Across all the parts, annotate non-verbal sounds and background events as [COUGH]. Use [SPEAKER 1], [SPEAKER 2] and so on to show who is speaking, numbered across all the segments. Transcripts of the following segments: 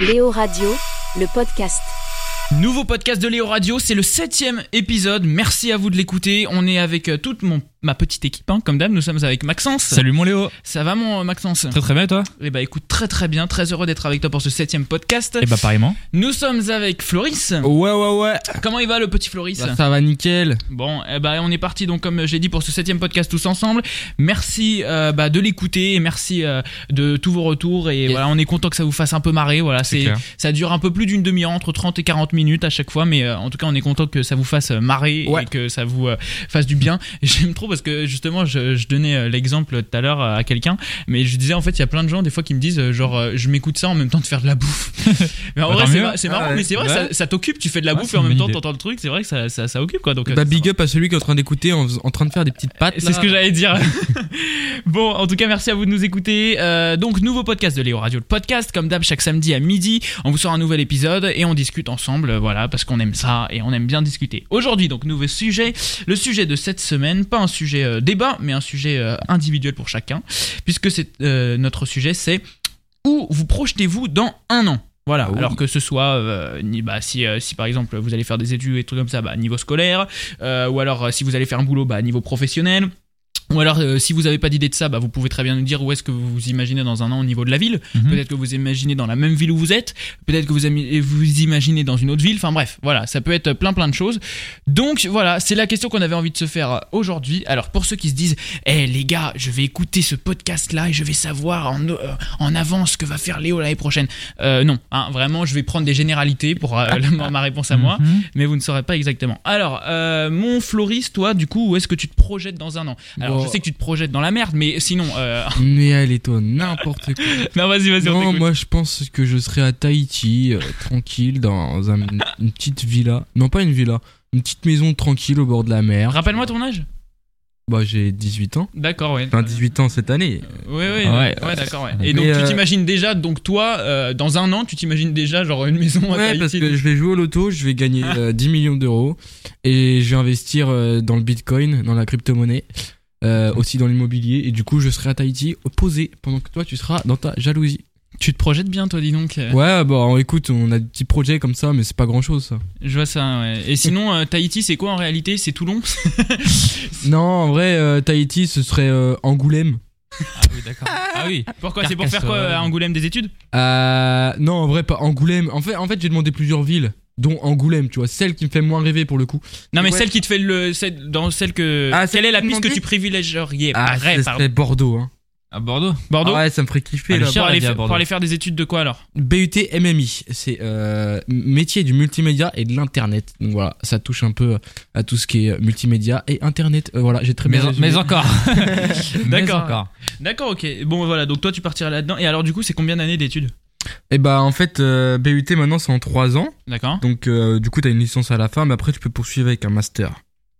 [SPEAKER 1] Léo Radio, le podcast.
[SPEAKER 2] Nouveau podcast de Léo Radio, c'est le septième épisode. Merci à vous de l'écouter. On est avec euh, toute mon, ma petite équipe, hein, comme d'hab. Nous sommes avec Maxence.
[SPEAKER 3] Salut mon Léo,
[SPEAKER 2] Ça va mon euh, Maxence
[SPEAKER 3] très très bien et toi
[SPEAKER 2] Eh bah écoute, très très bien. Très heureux d'être avec toi pour ce septième podcast.
[SPEAKER 3] Et bah pareillement.
[SPEAKER 2] Nous sommes avec Floris.
[SPEAKER 4] Eh ben, Ouais, ouais, ouais.
[SPEAKER 2] Comment il va le petit Floris
[SPEAKER 4] Bah, ça va nickel.
[SPEAKER 2] Bon, eh ben, on est parti donc comme j'ai dit pour ce septième podcast tous ensemble. Merci euh, bah, de l'écouter et merci euh, de tous vos retours et
[SPEAKER 4] Yes.
[SPEAKER 2] voilà, on est content que ça vous fasse un peu marrer. Voilà,
[SPEAKER 3] C'est
[SPEAKER 2] c'est
[SPEAKER 3] clair.
[SPEAKER 2] ça dure un peu plus d'une demi-heure entre 30 et 40 minutes à chaque fois mais euh, en tout cas on est content que ça vous fasse euh, marrer
[SPEAKER 4] Ouais.
[SPEAKER 2] et que ça vous euh, fasse du bien. [LAUGHS] J'aime trop parce que justement je, je donnais euh, l'exemple tout à l'heure à quelqu'un mais je disais en fait il y a plein de gens des fois qui me disent euh, genre euh, je m'écoute ça en même temps de faire de la
[SPEAKER 3] [LAUGHS]
[SPEAKER 2] bouffe. mais en
[SPEAKER 3] Bah,
[SPEAKER 2] vrai
[SPEAKER 3] tant
[SPEAKER 2] c'est
[SPEAKER 3] mieux.
[SPEAKER 2] mar- c'est marrant
[SPEAKER 4] Ah ouais.
[SPEAKER 2] mais c'est vrai
[SPEAKER 4] Ouais.
[SPEAKER 2] ça, ça t'occupe, tu fais de la
[SPEAKER 3] Ouais,
[SPEAKER 2] bouffe
[SPEAKER 3] c'est
[SPEAKER 2] et en
[SPEAKER 3] une
[SPEAKER 2] même
[SPEAKER 3] bonne
[SPEAKER 2] temps
[SPEAKER 3] idée.
[SPEAKER 2] t'entends le truc, c'est vrai que ça, ça, ça occupe quoi donc euh,
[SPEAKER 4] Bah,
[SPEAKER 2] c'est
[SPEAKER 4] big up à celui qui est en train d'écouter en, en train de faire des petites pattes.
[SPEAKER 2] c'est
[SPEAKER 4] là.
[SPEAKER 2] ce que j'allais dire. [LAUGHS] bon, en tout cas, merci à vous de nous écouter. Euh, donc, nouveau podcast de Léo Radio, le podcast. Comme d'hab, chaque samedi à midi, on vous sort un nouvel épisode et on discute ensemble. euh, Voilà, parce qu'on aime ça et on aime bien discuter. Aujourd'hui, donc, nouveau sujet. Le sujet de cette semaine, pas un sujet euh, débat, mais un sujet euh, individuel pour chacun, puisque c'est euh, notre sujet, c'est où vous projetez-vous dans un an. Voilà,
[SPEAKER 4] Ah oui.
[SPEAKER 2] alors que ce soit, euh, ni- bah, si, euh, si par exemple vous allez faire des études et trucs comme ça, bah, niveau scolaire, euh, ou alors euh, si vous allez faire un boulot bah, à niveau professionnel. Ou alors, euh, si vous n'avez pas d'idée de ça, bah, vous pouvez très bien nous dire où est-ce que vous vous imaginez dans un an au niveau de la ville.
[SPEAKER 3] Mhm.
[SPEAKER 2] Peut-être que vous imaginez dans la même ville où vous êtes. Peut-être que vous ami- vous imaginez dans une autre ville. Enfin bref, voilà, ça peut être plein plein de choses. Donc voilà, c'est la question qu'on avait envie de se faire euh, aujourd'hui. Alors pour ceux qui se disent, eh les gars, je vais écouter ce podcast-là et je vais savoir en, euh, en avance ce que va faire Léo l'année prochaine. Euh, non, hein, vraiment, je vais prendre des généralités pour euh, la- ma réponse à moi
[SPEAKER 4] [LAUGHS]
[SPEAKER 3] Mhm.
[SPEAKER 2] mais vous ne saurez pas exactement. Alors, euh, mon floriste, toi, du coup, où est-ce que tu te projettes dans un an Alors,
[SPEAKER 4] Bon.
[SPEAKER 2] je sais que tu te projettes dans la merde, mais sinon, euh, [LAUGHS]
[SPEAKER 4] Mais allez, toi, [LAUGHS] n'importe quoi.
[SPEAKER 2] non, vas-y, vas-y, on
[SPEAKER 4] non,
[SPEAKER 2] t'écoute.
[SPEAKER 4] moi, je pense que je serai à Tahiti, euh, tranquille, dans un- une petite villa. Non, pas une villa. Une petite maison tranquille au bord de la mer.
[SPEAKER 2] Rappelle-moi ton âge.
[SPEAKER 4] Bah, j'ai 18 ans.
[SPEAKER 2] D'accord, ouais.
[SPEAKER 4] Enfin, 18 ans cette année.
[SPEAKER 2] Oui, oui, ouais,
[SPEAKER 3] Ouais,
[SPEAKER 2] ouais, d'accord, ouais.
[SPEAKER 3] Mais,
[SPEAKER 2] Et donc, tu
[SPEAKER 4] euh,
[SPEAKER 2] t'imagines déjà, donc toi, euh, dans un an, tu t'imagines déjà, genre, une [LAUGHS] maison à Tahiti.
[SPEAKER 4] Ouais, parce que je vais jouer au loto, je vais gagner euh, 10 millions d'euros et je vais investir euh, dans le bitcoin, dans la crypto-monnaie, euh, aussi dans l'immobilier. Et du coup, je serai à Tahiti posé pendant que toi, tu seras dans ta jalousie.
[SPEAKER 2] Tu te projettes bien, toi, dis donc. euh,
[SPEAKER 4] Ouais, bon, écoute, on a des petits projets comme ça, mais c'est pas grand chose ça.
[SPEAKER 2] Je vois ça, ouais. Et sinon, euh, Tahiti, c'est quoi en réalité C'est Toulon [LAUGHS]
[SPEAKER 4] Non, en vrai, euh, Tahiti, ce serait euh, Angoulême.
[SPEAKER 3] Ah oui,
[SPEAKER 4] [LAUGHS]
[SPEAKER 3] d'accord. Ah oui.
[SPEAKER 2] Pourquoi C'est pour faire quoi
[SPEAKER 3] Carcassonne.
[SPEAKER 2] à Angoulême des études
[SPEAKER 4] Euh, non, en vrai, pas Angoulême. En fait, en fait j'ai demandé plusieurs villes, dont Angoulême, tu vois, celle qui me fait moins rêver pour le coup.
[SPEAKER 2] Non, mais
[SPEAKER 4] Ouais.
[SPEAKER 2] celle qui te fait le. celle- dans celle que.
[SPEAKER 4] Ah,
[SPEAKER 2] Quelle
[SPEAKER 4] celle
[SPEAKER 2] est la
[SPEAKER 4] qui
[SPEAKER 2] piste que
[SPEAKER 4] demandait
[SPEAKER 2] tu privilégierais
[SPEAKER 4] Ah,
[SPEAKER 2] Arrête,
[SPEAKER 4] ce
[SPEAKER 2] pardon.
[SPEAKER 4] serait Bordeaux. Hein.
[SPEAKER 3] À Bordeaux.
[SPEAKER 2] Bordeaux
[SPEAKER 4] Ah ouais, ça me ferait kiffer
[SPEAKER 3] Allez,
[SPEAKER 4] là.
[SPEAKER 2] pour,
[SPEAKER 3] Charles
[SPEAKER 2] aller
[SPEAKER 3] a dit à
[SPEAKER 2] fa- pour
[SPEAKER 3] Bordeaux.
[SPEAKER 2] aller faire des études de quoi alors
[SPEAKER 4] BUT MMI, c'est euh, métier du multimédia et de l'internet. Donc voilà, ça touche un peu euh, à tout ce qui est multimédia et internet. Euh, voilà, j'ai très
[SPEAKER 3] Mais,
[SPEAKER 4] bien.
[SPEAKER 3] en-
[SPEAKER 4] résumé. [LAUGHS]
[SPEAKER 3] mais encore. Mais
[SPEAKER 2] D'accord.
[SPEAKER 3] encore.
[SPEAKER 2] D'accord, ok. Bon, voilà, donc toi tu partiras là-dedans. Et alors, du coup, c'est combien d'années d'études
[SPEAKER 4] Et bah en fait, euh, BUT maintenant c'est en 3 ans.
[SPEAKER 2] D'accord.
[SPEAKER 4] Donc euh, du coup, t'as une licence à la fin, mais après tu peux poursuivre avec un master.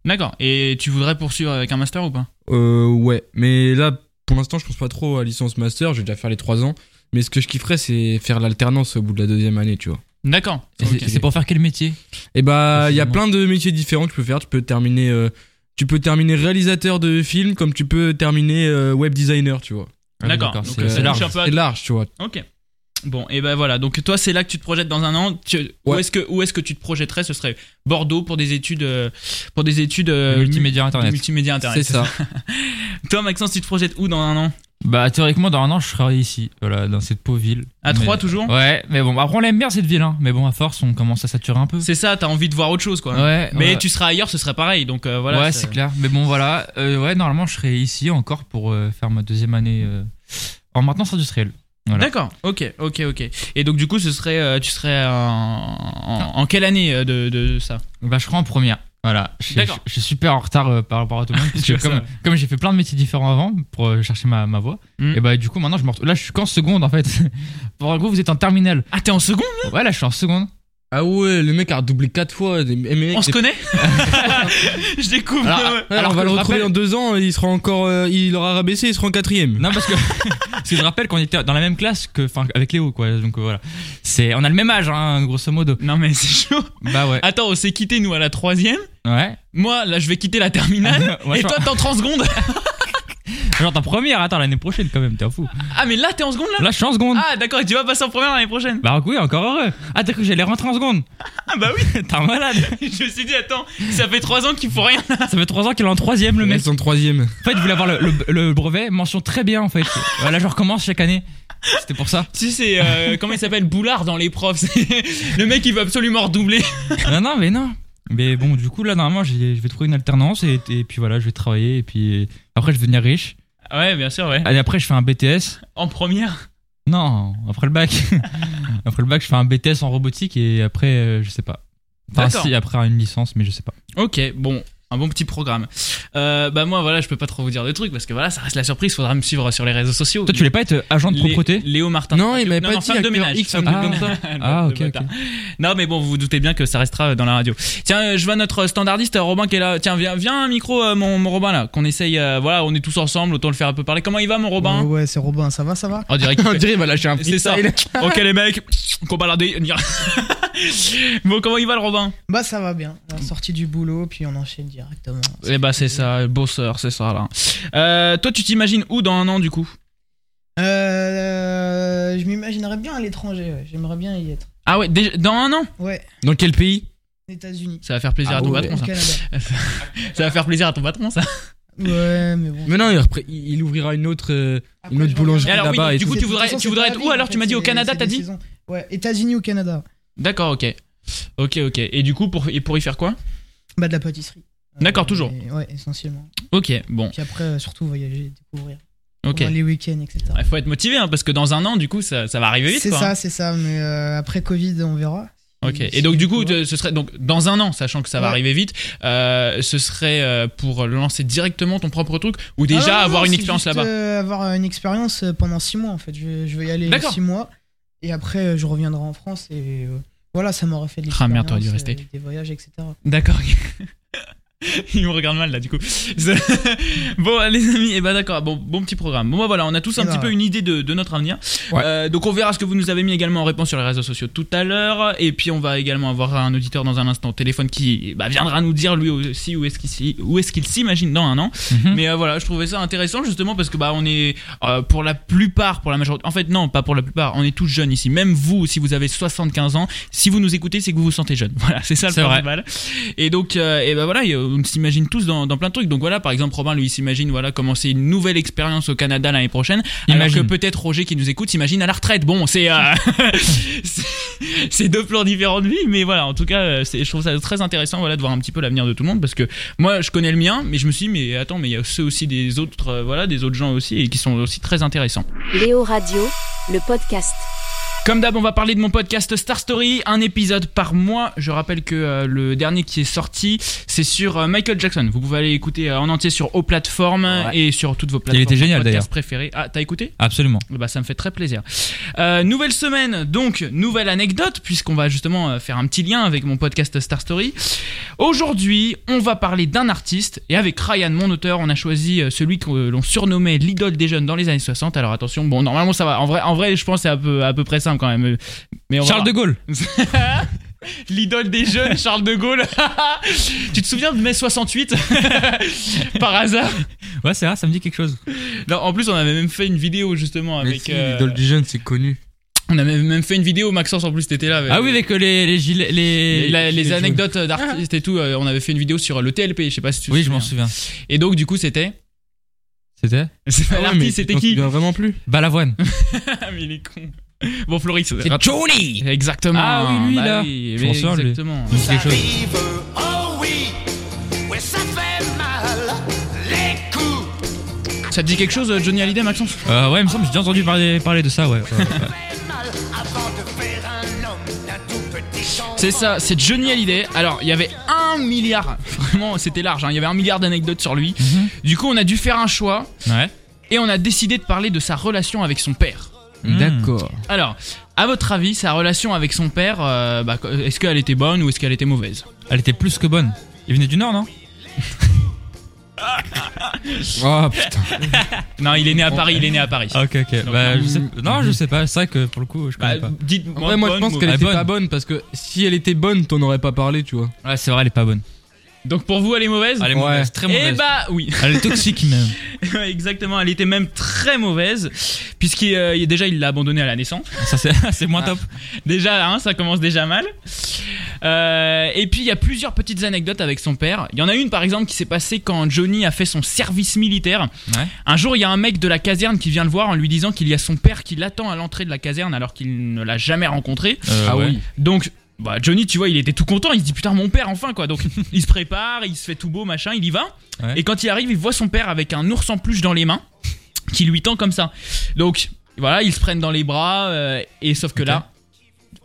[SPEAKER 2] D'accord. Et tu voudrais poursuivre avec un master ou pas
[SPEAKER 4] Euh, ouais, mais là pour l'instant, je pense pas trop à licence master, je vais déjà faire les 3 ans. Mais ce que je kifferais, c'est faire l'alternance au bout de la deuxième année, tu vois.
[SPEAKER 2] D'accord.
[SPEAKER 3] Et c'est-
[SPEAKER 2] Ok.
[SPEAKER 3] C'est pour faire quel métier
[SPEAKER 4] Et bah, il y a
[SPEAKER 3] Effectivement.
[SPEAKER 4] plein de métiers différents que tu peux faire. Tu peux terminer, euh, tu peux terminer réalisateur de films comme tu peux terminer euh, web designer, tu vois.
[SPEAKER 3] Ah oui,
[SPEAKER 2] D'accord. Donc,
[SPEAKER 3] C'est
[SPEAKER 2] euh, ça
[SPEAKER 3] c'est
[SPEAKER 2] touche
[SPEAKER 3] large.
[SPEAKER 2] un peu à-
[SPEAKER 4] C'est large, tu vois.
[SPEAKER 2] Ok. Bon, et ben voilà. Donc toi, c'est là que tu te projettes dans un an. Tu- Où
[SPEAKER 4] Ouais.
[SPEAKER 2] est-ce que où est-ce que tu te projetterais Ce serait Bordeaux pour des études euh, pour des études euh,
[SPEAKER 3] Multimédia internet.
[SPEAKER 2] multimédia
[SPEAKER 4] C'est
[SPEAKER 2] internet.
[SPEAKER 4] ça.
[SPEAKER 2] Toi, Maxence, tu te projettes où dans un an
[SPEAKER 3] Bah théoriquement dans un an je serai ici, voilà, dans cette pauvre ville.
[SPEAKER 2] À
[SPEAKER 3] Mais- euh,
[SPEAKER 2] Troyes toujours
[SPEAKER 3] Ouais, mais bon, après on l'aime bien cette ville, hein. Mais bon, à force on commence à saturer un peu.
[SPEAKER 2] C'est ça. T'as envie de voir autre chose, quoi.
[SPEAKER 3] Ouais.
[SPEAKER 2] Mais
[SPEAKER 3] ouais.
[SPEAKER 2] tu seras ailleurs, ce serait pareil. Donc euh, voilà.
[SPEAKER 3] ouais,
[SPEAKER 2] ça-
[SPEAKER 3] c'est clair. Mais bon, voilà. Euh, ouais, normalement, je serai ici encore pour euh, faire ma deuxième année euh, en maintenance industrielle. Voilà.
[SPEAKER 2] D'accord, ok, ok, ok. Et donc du coup, ce serait, euh, tu serais en, en- en quelle année euh, de, de ça
[SPEAKER 3] Bah, je serai en première. Voilà. Je, suis-
[SPEAKER 2] D'accord.
[SPEAKER 3] je- je suis super en retard euh, par rapport à
[SPEAKER 2] [LAUGHS]
[SPEAKER 3] tout le monde. parce
[SPEAKER 2] Tu
[SPEAKER 3] que
[SPEAKER 2] vois ça,
[SPEAKER 3] comme,
[SPEAKER 2] ouais.
[SPEAKER 3] comme j'ai fait plein de métiers différents avant pour euh, chercher ma, ma voie,
[SPEAKER 2] Mm.
[SPEAKER 3] et bah, du coup, maintenant, je me retrouve. Là, je suis qu'en seconde en fait. [LAUGHS] pour un coup, vous êtes en terminale.
[SPEAKER 2] Ah, t'es en seconde
[SPEAKER 3] Ouais, là, je suis en seconde.
[SPEAKER 4] Ah ouais, le mec a redoublé 4 fois. des- eh, mec,
[SPEAKER 2] On se
[SPEAKER 4] c'est-
[SPEAKER 3] [LAUGHS]
[SPEAKER 2] connaît [LAUGHS] Je découvre.
[SPEAKER 3] Alors- euh,
[SPEAKER 2] ouais.
[SPEAKER 4] Ouais,
[SPEAKER 3] alors
[SPEAKER 4] on va
[SPEAKER 3] que
[SPEAKER 4] le
[SPEAKER 3] je
[SPEAKER 4] retrouver
[SPEAKER 3] rappelle-
[SPEAKER 4] dans 2 ans, il sera encore. euh, il aura rabaissé, il sera en quatrième.
[SPEAKER 3] Non, parce que,
[SPEAKER 2] [LAUGHS]
[SPEAKER 3] parce que je rappelle qu'on était dans la même classe que, enfin, avec Léo, quoi. Donc euh, voilà. C'est, on a le même âge, hein, grosso modo.
[SPEAKER 2] Non mais c'est chaud.
[SPEAKER 3] Bah ouais.
[SPEAKER 2] Attends, on s'est quitté nous à la troisième.
[SPEAKER 3] Ouais.
[SPEAKER 2] [LAUGHS] Moi, là, je vais quitter la terminale.
[SPEAKER 3] Ouais,
[SPEAKER 2] et [LAUGHS]
[SPEAKER 3] je-
[SPEAKER 2] toi, t'es en 30 secondes
[SPEAKER 3] Genre ta première, attends, l'année prochaine quand même, t'es un fou.
[SPEAKER 2] Ah, mais là, t'es en seconde là
[SPEAKER 3] Là, je suis en seconde.
[SPEAKER 2] Ah, d'accord, et tu vas passer en première l'année prochaine.
[SPEAKER 3] Bah oui, encore heureux. Ah, t'as cru que j'allais rentrer en seconde
[SPEAKER 2] Ah, bah oui,
[SPEAKER 3] [LAUGHS] T'es un malade.
[SPEAKER 2] [LAUGHS] je me suis dit, attends, ça fait 3 ans qu'il faut rien.
[SPEAKER 3] Ça fait 3 ans qu'il est en troisième, le mec.
[SPEAKER 4] Reste en troisième.
[SPEAKER 3] En fait, il voulait avoir le, le- le brevet, mention très bien en fait. Là, je recommence chaque année. C'était pour ça.
[SPEAKER 2] [LAUGHS] Tu sais, euh, comment il s'appelle Boulard dans les profs. [LAUGHS] c'est- le mec, il veut absolument redoubler.
[SPEAKER 3] Non, non, mais non. Mais bon, du coup, là, normalement, j'ai- je vais trouver une alternance et, et puis voilà, je vais travailler et puis euh, après, je vais devenir riche.
[SPEAKER 2] Ah Ouais, bien sûr, ouais.
[SPEAKER 3] Allez, après, je fais un BTS.
[SPEAKER 2] En première
[SPEAKER 3] Non, après le bac. après le bac, je fais un BTS en robotique et après, euh, je sais pas. Enfin,
[SPEAKER 2] D'accord.
[SPEAKER 3] si, après une licence, mais je sais pas.
[SPEAKER 2] Ok, bon. Un bon petit programme. Euh, bah moi voilà, je peux pas trop vous dire de trucs parce que voilà, ça reste la surprise. Faudra me suivre sur les réseaux sociaux.
[SPEAKER 3] Toi, tu voulais pas être euh, agent de
[SPEAKER 2] Lé-
[SPEAKER 3] propreté
[SPEAKER 2] Léo Martin.
[SPEAKER 4] Non, il m'avait
[SPEAKER 2] Non,
[SPEAKER 4] pas
[SPEAKER 2] non,
[SPEAKER 4] dit
[SPEAKER 2] femme de
[SPEAKER 4] acteur
[SPEAKER 2] ménage,
[SPEAKER 4] X,
[SPEAKER 2] femme de
[SPEAKER 4] un truc
[SPEAKER 2] ménage.
[SPEAKER 4] comme ça.
[SPEAKER 3] Ah, ok, ok.
[SPEAKER 2] bâtard. Non, mais bon, vous vous doutez bien que ça restera dans la radio. Tiens, euh, je vois notre standardiste euh, Robin qui est là. Tiens, viens, viens un micro, euh, mon, mon Robin là, qu'on essaye. euh, voilà, on est tous ensemble, autant le faire un peu parler. Comment il va, mon
[SPEAKER 5] Ouais,
[SPEAKER 2] Robin
[SPEAKER 5] ouais, c'est Robin, ça va, ça va
[SPEAKER 2] On dirait
[SPEAKER 4] [LAUGHS]
[SPEAKER 2] qu'il
[SPEAKER 4] On
[SPEAKER 2] fait-
[SPEAKER 4] dirait, Oh. il va lâcher un
[SPEAKER 2] [LAUGHS] C'est ça.
[SPEAKER 4] freestyle.
[SPEAKER 2] ok, les mecs, qu'on baladait. [LAUGHS] bon, comment il va, le Robin
[SPEAKER 5] Bah ça va bien, on est sorti du boulot, puis on enchaîne directement.
[SPEAKER 2] Eh bah, c'est ça, bosseur, c'est ça là. Euh, toi, tu t'imagines où dans un an du coup
[SPEAKER 5] Euh, je m'imaginerais bien à l'étranger, ouais. j'aimerais bien y être.
[SPEAKER 2] Ah ouais, déjà- dans un an
[SPEAKER 5] Ouais,
[SPEAKER 4] Dans quel pays
[SPEAKER 5] les États-Unis.
[SPEAKER 2] Ça va faire plaisir
[SPEAKER 4] Ah
[SPEAKER 2] à ton
[SPEAKER 4] ouais.
[SPEAKER 2] patron,
[SPEAKER 5] Au
[SPEAKER 2] ça. [LAUGHS]
[SPEAKER 5] Canada.
[SPEAKER 2] Ça va faire plaisir à ton patron, ça.
[SPEAKER 5] Ouais, mais bon.
[SPEAKER 4] Mais non, il, repr- il- il ouvrira une autre. euh,
[SPEAKER 5] Après,
[SPEAKER 4] une autre
[SPEAKER 5] je reviens.
[SPEAKER 4] boulangerie
[SPEAKER 2] Et alors, oui,
[SPEAKER 4] là-bas
[SPEAKER 2] donc,
[SPEAKER 4] et
[SPEAKER 2] du
[SPEAKER 4] tout.
[SPEAKER 2] coup,
[SPEAKER 5] C'est-
[SPEAKER 2] tu voudrais,
[SPEAKER 5] de toute
[SPEAKER 2] tu
[SPEAKER 5] façon,
[SPEAKER 2] voudrais
[SPEAKER 5] c'est
[SPEAKER 2] être
[SPEAKER 5] pas
[SPEAKER 2] où
[SPEAKER 5] la
[SPEAKER 2] alors
[SPEAKER 5] vie,
[SPEAKER 2] Tu
[SPEAKER 5] en
[SPEAKER 2] m'as
[SPEAKER 5] fait,
[SPEAKER 2] dit au
[SPEAKER 5] c'est-
[SPEAKER 2] Canada,
[SPEAKER 5] c'est
[SPEAKER 2] t'as
[SPEAKER 5] des
[SPEAKER 2] dit
[SPEAKER 5] saisons. Ouais, États-Unis ou Canada
[SPEAKER 2] D'accord, ok. Ok, ok. Et du coup, pour, et pour y faire quoi
[SPEAKER 5] Bah de la pâtisserie. Euh,
[SPEAKER 2] D'accord, toujours.
[SPEAKER 5] et- Ouais, essentiellement.
[SPEAKER 2] Ok, bon,
[SPEAKER 5] Puis après, euh, surtout voyager, découvrir.
[SPEAKER 2] ok.
[SPEAKER 5] Pendant les week-ends, etc.
[SPEAKER 2] Il faut être motivé, hein, parce que dans un an, du coup, ça, ça va arriver vite.
[SPEAKER 5] c'est
[SPEAKER 2] quoi,
[SPEAKER 5] ça,
[SPEAKER 2] hein.
[SPEAKER 5] c'est ça, mais euh, après Covid, on verra.
[SPEAKER 2] Ok.
[SPEAKER 5] Si-
[SPEAKER 2] Et donc,
[SPEAKER 5] si-
[SPEAKER 2] du coup,
[SPEAKER 5] ouais.
[SPEAKER 2] de- ce serait donc dans un an, sachant que ça va
[SPEAKER 5] Ouais.
[SPEAKER 2] arriver vite, euh, ce serait euh, pour lancer directement ton propre truc ou déjà
[SPEAKER 5] Ah non, non,
[SPEAKER 2] avoir
[SPEAKER 5] non,
[SPEAKER 2] une
[SPEAKER 5] c'est
[SPEAKER 2] expérience
[SPEAKER 5] juste,
[SPEAKER 2] là-bas.
[SPEAKER 5] euh, avoir une expérience euh, pendant six mois en fait. Je, vais- je vais y aller
[SPEAKER 2] D'accord.
[SPEAKER 5] six mois et après euh, je reviendrai en France et euh, voilà, ça m'aurait fait de
[SPEAKER 2] Ah,
[SPEAKER 5] l'expérience.
[SPEAKER 2] merde, t'aurais dû rester.
[SPEAKER 5] euh, des voyages, etc.
[SPEAKER 2] D'accord. [LAUGHS] Il me regarde mal là du coup. [LAUGHS] bon les amis, et eh ben d'accord, bon, bon petit programme. Bon bah, voilà, on a tous un
[SPEAKER 5] Eh ben,
[SPEAKER 2] petit peu
[SPEAKER 5] ouais.
[SPEAKER 2] une idée de, de notre avenir.
[SPEAKER 3] Ouais.
[SPEAKER 2] Euh, donc on verra ce que vous nous avez mis également en réponse sur les réseaux sociaux tout à l'heure. Et puis on va également avoir un auditeur dans un instant au téléphone qui bah, viendra nous dire lui aussi où est-ce qu'il s'y- où est-ce qu'il s'imagine dans un an.
[SPEAKER 3] Mhm.
[SPEAKER 2] Mais euh, voilà, je trouvais ça intéressant justement parce que bah on est euh, pour la plupart, pour la majorité, en fait non, pas pour la plupart, on est tous jeunes ici. Même vous, si vous avez 75 ans, si vous nous écoutez, c'est que vous vous sentez jeune. [LAUGHS] Voilà, c'est ça le
[SPEAKER 3] C'est vrai.
[SPEAKER 2] principal. Et donc, euh, et ben voilà, et, euh, on s'imagine tous dans, dans plein de trucs. Donc voilà, par exemple, Robin lui il s'imagine voilà commencer une nouvelle expérience au Canada l'année prochaine.
[SPEAKER 3] Imagine.
[SPEAKER 2] Alors que peut-être Roger qui nous écoute s'imagine à la retraite. Bon, c'est euh, [LAUGHS] c'est- c'est deux plans différents de vie, mais voilà, en tout cas, euh, c'est- je trouve ça très intéressant voilà de voir un petit peu l'avenir de tout le monde parce que moi, je connais le mien, mais je me suis dit, mais attends, mais il y a ceux aussi des autres, euh, voilà, des autres gens aussi, et qui sont aussi très intéressants.
[SPEAKER 1] Léo Radio, le podcast.
[SPEAKER 2] Comme d'hab, on va parler de mon podcast Star Story, un épisode par mois. Je rappelle que euh, le dernier qui est sorti, c'est sur euh, Michael Jackson. Vous pouvez aller écouter euh, en entier sur aux plateformes et sur toutes vos plateformes.
[SPEAKER 3] était génial,
[SPEAKER 2] de podcast
[SPEAKER 3] d'ailleurs.
[SPEAKER 2] préférées. Ah, t'as écouté
[SPEAKER 3] Absolument.
[SPEAKER 2] bah, ça me fait très plaisir. Euh, nouvelle semaine, donc nouvelle anecdote, puisqu'on va justement euh, faire un petit lien avec mon podcast Star Story. Aujourd'hui, on va parler d'un artiste, et avec Ryan, mon auteur, on a choisi euh, celui que euh, l'on surnommait l'idole des jeunes dans les années 60. Alors attention, bon, normalement ça va. En vrai, en vrai je pense que c'est à peu, à peu près simple quand même. Euh, Mais on
[SPEAKER 3] Charles de
[SPEAKER 2] verra.
[SPEAKER 3] Gaulle.
[SPEAKER 2] L'idole des jeunes, Charles de Gaulle. [LAUGHS] tu te souviens de mai 68 [LAUGHS] Par hasard
[SPEAKER 3] Ouais, c'est vrai, ça me dit quelque chose.
[SPEAKER 2] Non, En plus, on avait même fait une vidéo justement
[SPEAKER 4] Mais
[SPEAKER 2] avec.
[SPEAKER 4] si,
[SPEAKER 2] euh,
[SPEAKER 4] l'idole du jeune, c'est connu.
[SPEAKER 2] On a même même fait une vidéo, Maxence, en plus, t'étais là.
[SPEAKER 3] Ah oui, avec euh, les, les gilets. Les,
[SPEAKER 2] Et la- les
[SPEAKER 3] gilets jaunes.
[SPEAKER 2] anecdotes d'artistes et tout, euh, on avait fait une vidéo sur le TLP, je sais pas si tu te
[SPEAKER 3] Oui, je m'en
[SPEAKER 2] souviens.
[SPEAKER 3] souviens.
[SPEAKER 2] Et donc, du coup, c'était.
[SPEAKER 3] C'était
[SPEAKER 2] [LAUGHS] C'est pas
[SPEAKER 4] Ah ouais, mais
[SPEAKER 2] l'artiste, c'était
[SPEAKER 4] t'en
[SPEAKER 2] qui
[SPEAKER 4] souviens vraiment plus
[SPEAKER 3] Balavoine.
[SPEAKER 2] Ah, mais il est con. Bon, Floris,
[SPEAKER 3] C'est
[SPEAKER 2] raconte-
[SPEAKER 3] Johnny
[SPEAKER 2] Exactement.
[SPEAKER 3] Ah oui, lui,
[SPEAKER 2] Bah
[SPEAKER 3] là.
[SPEAKER 2] oui,
[SPEAKER 3] Je
[SPEAKER 2] mais
[SPEAKER 3] m'en souviens, lui.
[SPEAKER 2] exactement.
[SPEAKER 3] Ça me dit quelque chose.
[SPEAKER 6] arrive, oh oui, oui, ça fait mal, les coups.
[SPEAKER 2] Ça te dit quelque chose, Johnny Hallyday, Maxence
[SPEAKER 3] Euh, ouais, il me semble, j'ai déjà entendu parler, parler de ça, ouais. Ouais, ouais.
[SPEAKER 6] Fait mal avant de faire un homme d'un tout petit chant.
[SPEAKER 2] C'est ça, c'est Johnny Hallyday. Alors, il y avait un milliard, [LAUGHS] vraiment, c'était large, hein, il y avait un milliard d'anecdotes sur lui.
[SPEAKER 3] Mhm.
[SPEAKER 2] Du coup, on a dû faire un choix
[SPEAKER 3] Ouais.
[SPEAKER 2] et on a décidé de parler de sa relation avec son père.
[SPEAKER 3] Mm.
[SPEAKER 4] D'accord.
[SPEAKER 2] Alors, à votre avis, sa relation avec son père, euh, bah, est-ce qu'elle était bonne ou est-ce qu'elle était mauvaise
[SPEAKER 3] Elle était plus que bonne. Il venait du Nord, non
[SPEAKER 4] Ah putain.
[SPEAKER 2] Non, il est né à Paris, il est né à Paris.
[SPEAKER 3] Ok, ok.
[SPEAKER 2] Non,
[SPEAKER 3] Bah,
[SPEAKER 2] non.
[SPEAKER 3] je sais... Non, je sais pas. C'est vrai que pour le coup, je
[SPEAKER 2] Bah,
[SPEAKER 3] connais
[SPEAKER 2] dites-moi
[SPEAKER 4] En vrai, moi, je
[SPEAKER 2] bonne,
[SPEAKER 4] pense qu'elle
[SPEAKER 3] Ah,
[SPEAKER 4] était
[SPEAKER 3] bonne.
[SPEAKER 4] pas bonne parce que si elle était bonne, t'en aurais pas parlé, tu vois.
[SPEAKER 3] pas. Ouais, c'est vrai, elle est pas bonne.
[SPEAKER 2] mauvaise. Donc pour vous, elle est mauvaise
[SPEAKER 3] Elle est
[SPEAKER 4] Ouais.
[SPEAKER 3] mauvaise, très
[SPEAKER 2] Eh
[SPEAKER 3] mauvaise.
[SPEAKER 2] bah oui, [LAUGHS]
[SPEAKER 3] Elle est toxique même.
[SPEAKER 2] exactement. Elle était même très mauvaise, puisqu'il euh, il- déjà il l'a abandonnée à la naissance. [LAUGHS]
[SPEAKER 3] Ça c'est c'est moins
[SPEAKER 2] Ah.
[SPEAKER 3] top.
[SPEAKER 2] Déjà, hein, ça commence déjà mal. Euh, et puis, il y a plusieurs petites anecdotes avec son père. Il y en a une, par exemple, qui s'est passée quand Johnny a fait son service militaire.
[SPEAKER 3] Ouais.
[SPEAKER 2] Un jour, il y a un mec de la caserne qui vient le voir en lui disant qu'il y a son père qui l'attend à l'entrée de la caserne alors qu'il ne l'a jamais rencontré.
[SPEAKER 3] Euh,
[SPEAKER 4] ah
[SPEAKER 3] ouais.
[SPEAKER 4] oui.
[SPEAKER 2] Donc, bah, Johnny, tu vois, il était tout content. Il se dit putain, mon père, enfin quoi. Donc, [LAUGHS] il se prépare, il se fait tout beau, machin, il y va.
[SPEAKER 3] Ouais.
[SPEAKER 2] Et quand il arrive, il voit son père avec un ours en peluche dans les mains qui lui tend comme ça. Donc, voilà, ils se prennent dans les bras. euh, et sauf que
[SPEAKER 3] Ok.
[SPEAKER 2] là,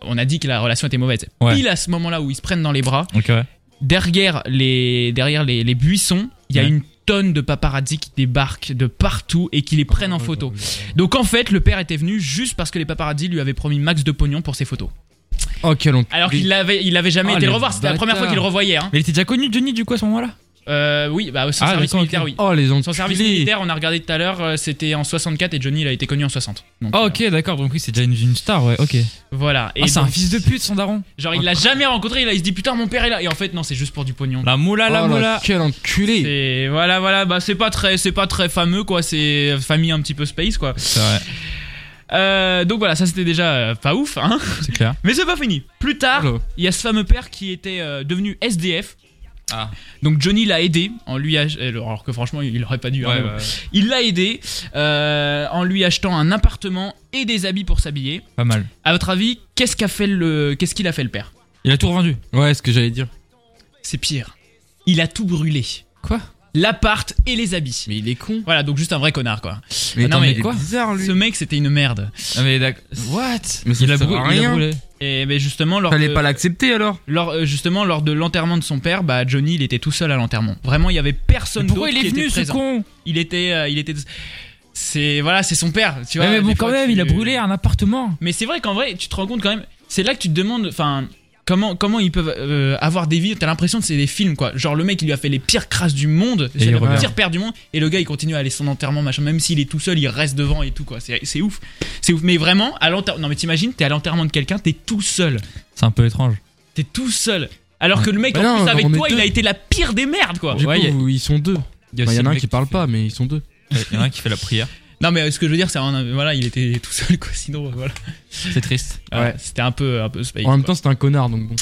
[SPEAKER 2] on a dit que la relation était mauvaise.
[SPEAKER 3] Ouais.
[SPEAKER 2] Pile à ce moment-là où ils se prennent dans les bras,
[SPEAKER 3] Ok. ouais.
[SPEAKER 2] derrière les, derrière les, les buissons, il y a
[SPEAKER 3] Ouais.
[SPEAKER 2] une tonne de paparazzi qui débarquent de partout et qui les
[SPEAKER 3] Oh,
[SPEAKER 2] prennent en photo. Donc en fait, le père était venu juste parce que les paparazzi lui avaient promis max de pognon pour ses photos.
[SPEAKER 4] Oh, quel enculé.
[SPEAKER 2] Alors qu'il l'avait, il avait jamais
[SPEAKER 3] Ah,
[SPEAKER 2] été le
[SPEAKER 3] le
[SPEAKER 2] revoir. C'était la première fois qu'il le
[SPEAKER 3] bâtard.
[SPEAKER 2] revoyait. hein.
[SPEAKER 3] Mais il était déjà connu Johnny du coup à ce moment-là
[SPEAKER 2] Euh, oui, bah son
[SPEAKER 3] Ah,
[SPEAKER 2] service
[SPEAKER 3] d'accord, ok.
[SPEAKER 2] militaire, oui.
[SPEAKER 4] Oh, les enculés.
[SPEAKER 2] Son service militaire, on a regardé tout à l'heure, euh, c'était en 64 et Johnny il a été connu en 60. Donc,
[SPEAKER 3] Ah
[SPEAKER 2] euh,
[SPEAKER 3] ok d'accord donc oui c'est déjà une, une star ouais ok.
[SPEAKER 2] Voilà. Et
[SPEAKER 3] ah c'est un
[SPEAKER 2] donc,
[SPEAKER 3] fils de pute son daron.
[SPEAKER 2] Genre il l'a jamais rencontré, il, a- il se dit putain mon père est là. Et en fait non, c'est juste pour du pognon.
[SPEAKER 3] La moula
[SPEAKER 4] Oh
[SPEAKER 3] Ah, la
[SPEAKER 4] là, [LAUGHS]
[SPEAKER 3] moula.
[SPEAKER 4] quel enculé.
[SPEAKER 2] C'est- voilà voilà bah c'est pas très c'est pas très fameux quoi c'est famille un petit peu space quoi
[SPEAKER 3] C'est vrai
[SPEAKER 2] Euh, donc voilà ça c'était déjà euh, pas ouf hein
[SPEAKER 3] c'est clair.
[SPEAKER 2] mais c'est pas fini plus tard
[SPEAKER 4] Oh là.
[SPEAKER 2] il y a ce fameux père qui était euh, devenu SDF
[SPEAKER 3] Ah.
[SPEAKER 2] donc Johnny l'a aidé en lui ach- euh, alors que franchement il aurait pas dû hein, mais bon. il l'a aidé euh, en lui achetant un appartement et des habits pour s'habiller
[SPEAKER 3] Pas mal.
[SPEAKER 2] à votre avis qu'est-ce qu'a fait le qu'est-ce qu'il a fait le père
[SPEAKER 3] Il a tout revendu.
[SPEAKER 4] Ouais, ce que j'allais dire.
[SPEAKER 2] c'est pire il a tout brûlé
[SPEAKER 3] Quoi
[SPEAKER 2] l'appart et les habits
[SPEAKER 4] Mais il est con.
[SPEAKER 2] voilà donc juste un vrai connard quoi
[SPEAKER 4] Mais
[SPEAKER 2] non,
[SPEAKER 4] attends,
[SPEAKER 2] mais
[SPEAKER 4] il est
[SPEAKER 3] quoi
[SPEAKER 4] bizarre, lui.
[SPEAKER 2] Ce mec, c'était une merde.
[SPEAKER 3] Ah mais d'accord. What
[SPEAKER 4] Mais ça
[SPEAKER 3] il, a
[SPEAKER 4] sert à
[SPEAKER 3] brûlé, il a
[SPEAKER 4] rien.
[SPEAKER 3] brûlé. euh,
[SPEAKER 2] Et ben justement, lors
[SPEAKER 4] Fallait
[SPEAKER 2] de,
[SPEAKER 4] pas l'accepter alors.
[SPEAKER 2] lors, euh, justement, lors de l'enterrement de son père, bah, Johnny, il était tout seul à l'enterrement. Vraiment, il y avait personne
[SPEAKER 3] Mais
[SPEAKER 2] d'autre
[SPEAKER 3] Pourquoi
[SPEAKER 2] qui
[SPEAKER 3] il est venu
[SPEAKER 2] était
[SPEAKER 3] ce
[SPEAKER 2] présent.
[SPEAKER 3] con
[SPEAKER 2] Il était, euh, il était. C'est voilà, c'est son père. Tu vois.
[SPEAKER 3] Ouais, Mais bon
[SPEAKER 2] des
[SPEAKER 3] quand
[SPEAKER 2] fois,
[SPEAKER 3] même
[SPEAKER 2] tu-
[SPEAKER 3] il a brûlé un appartement.
[SPEAKER 2] Mais c'est vrai qu'en vrai, tu te rends compte quand même. C'est là que tu te demandes, enfin, comment comment ils peuvent euh, avoir des vies. T'as l'impression que c'est des films quoi. Genre le mec, il lui a fait les pires crasses du monde,
[SPEAKER 3] Et
[SPEAKER 2] c'est
[SPEAKER 3] il
[SPEAKER 2] le
[SPEAKER 3] revient.
[SPEAKER 2] pire père du monde, et le gars, il continue à aller son enterrement machin. Même s'il est tout seul, il reste devant et tout quoi. C'est c'est ouf, c'est ouf. Mais vraiment, à l'enterrement. Non mais t'imagines, t'es à l'enterrement de quelqu'un, t'es tout seul.
[SPEAKER 3] C'est un peu étrange.
[SPEAKER 2] T'es tout seul. Alors que le mec,
[SPEAKER 4] Bah
[SPEAKER 2] en
[SPEAKER 4] non,
[SPEAKER 2] plus, avec
[SPEAKER 4] on est
[SPEAKER 2] toi, il
[SPEAKER 4] deux.
[SPEAKER 2] a été la pire des merdes, quoi.
[SPEAKER 4] Du
[SPEAKER 3] Ouais,
[SPEAKER 4] coup,
[SPEAKER 3] y a-
[SPEAKER 4] vous- ils sont deux.
[SPEAKER 3] y a
[SPEAKER 4] Bah, Il
[SPEAKER 3] aussi
[SPEAKER 4] y en
[SPEAKER 3] le
[SPEAKER 4] a un
[SPEAKER 3] mec
[SPEAKER 4] qui parle
[SPEAKER 3] fait-
[SPEAKER 4] pas, mais ils sont deux.
[SPEAKER 3] Il y en a un qui fait la prière.
[SPEAKER 2] Non, mais euh, ce que je veux dire, c'est un- voilà, il était tout seul, quoi. Sinon, euh, voilà.
[SPEAKER 3] C'est triste.
[SPEAKER 2] Ah, C'était un peu, un peu space,
[SPEAKER 4] En même
[SPEAKER 2] quoi.
[SPEAKER 4] temps, c'est un connard, donc bon.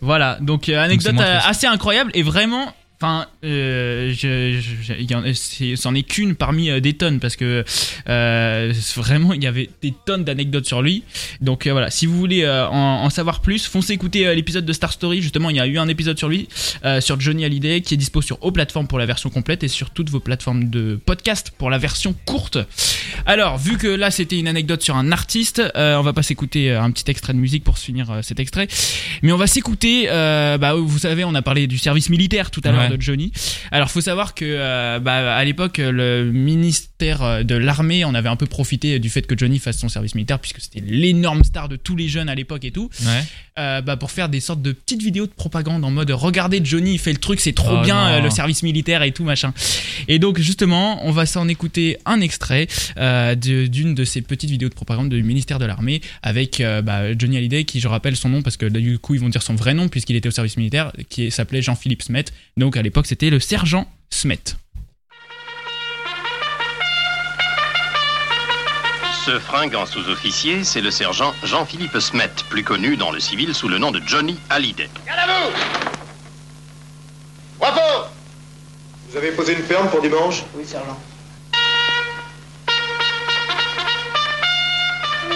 [SPEAKER 2] Voilà. Donc, euh,
[SPEAKER 3] c'est
[SPEAKER 2] anecdote
[SPEAKER 3] moins
[SPEAKER 2] euh,
[SPEAKER 3] triste.
[SPEAKER 2] assez incroyable et vraiment. Enfin, euh, je, je- je- il y en a- c'est- c'en est qu'une parmi euh, des tonnes parce que euh, c'est vraiment il y avait des tonnes d'anecdotes sur lui. Donc euh, voilà, si vous voulez euh, en, en savoir plus, foncez écouter euh, l'épisode de Star Story. Justement, il y a eu un épisode sur lui, euh, sur Johnny Hallyday, qui est dispo sur aux plateformes pour la version complète et sur toutes vos plateformes de podcast pour la version courte. Alors, vu que là c'était une anecdote sur un artiste, euh, on va pas s'écouter euh, un petit extrait de musique pour se finir euh, cet extrait. Mais on va s'écouter. euh, bah, vous savez, on a parlé du service militaire tout à l'heure
[SPEAKER 3] Ouais.
[SPEAKER 2] de Johnny. Alors, faut savoir que euh, bah, à l'époque, le ministère euh, de l'armée, on avait un peu profité du fait que Johnny fasse son service militaire, puisque c'était l'énorme star de tous les jeunes à l'époque et tout,
[SPEAKER 3] Ouais.
[SPEAKER 2] euh, bah, pour faire des sortes de petites vidéos de propagande en mode regardez Johnny, il fait le truc, c'est trop
[SPEAKER 3] Oh
[SPEAKER 2] bien
[SPEAKER 3] non.
[SPEAKER 2] euh, le service militaire et tout machin. Et donc justement, on va s'en écouter un extrait euh, de- d'une de ces petites vidéos de propagande du ministère de l'armée avec euh, bah, Johnny Hallyday, qui je rappelle son nom parce que là, du coup ils vont dire son vrai nom puisqu'il était au service militaire, qui est- s'appelait Jean-Philippe Smet. Donc à l'époque c'était le sergent Smet.
[SPEAKER 7] Ce fringant sous-officier, c'est le sergent Jean-Philippe Smet, plus connu dans le civil sous le nom de Johnny Hallyday.
[SPEAKER 6] Garde à vous Wapo
[SPEAKER 8] Vous avez posé une ferme pour dimanche
[SPEAKER 5] Oui, sergent.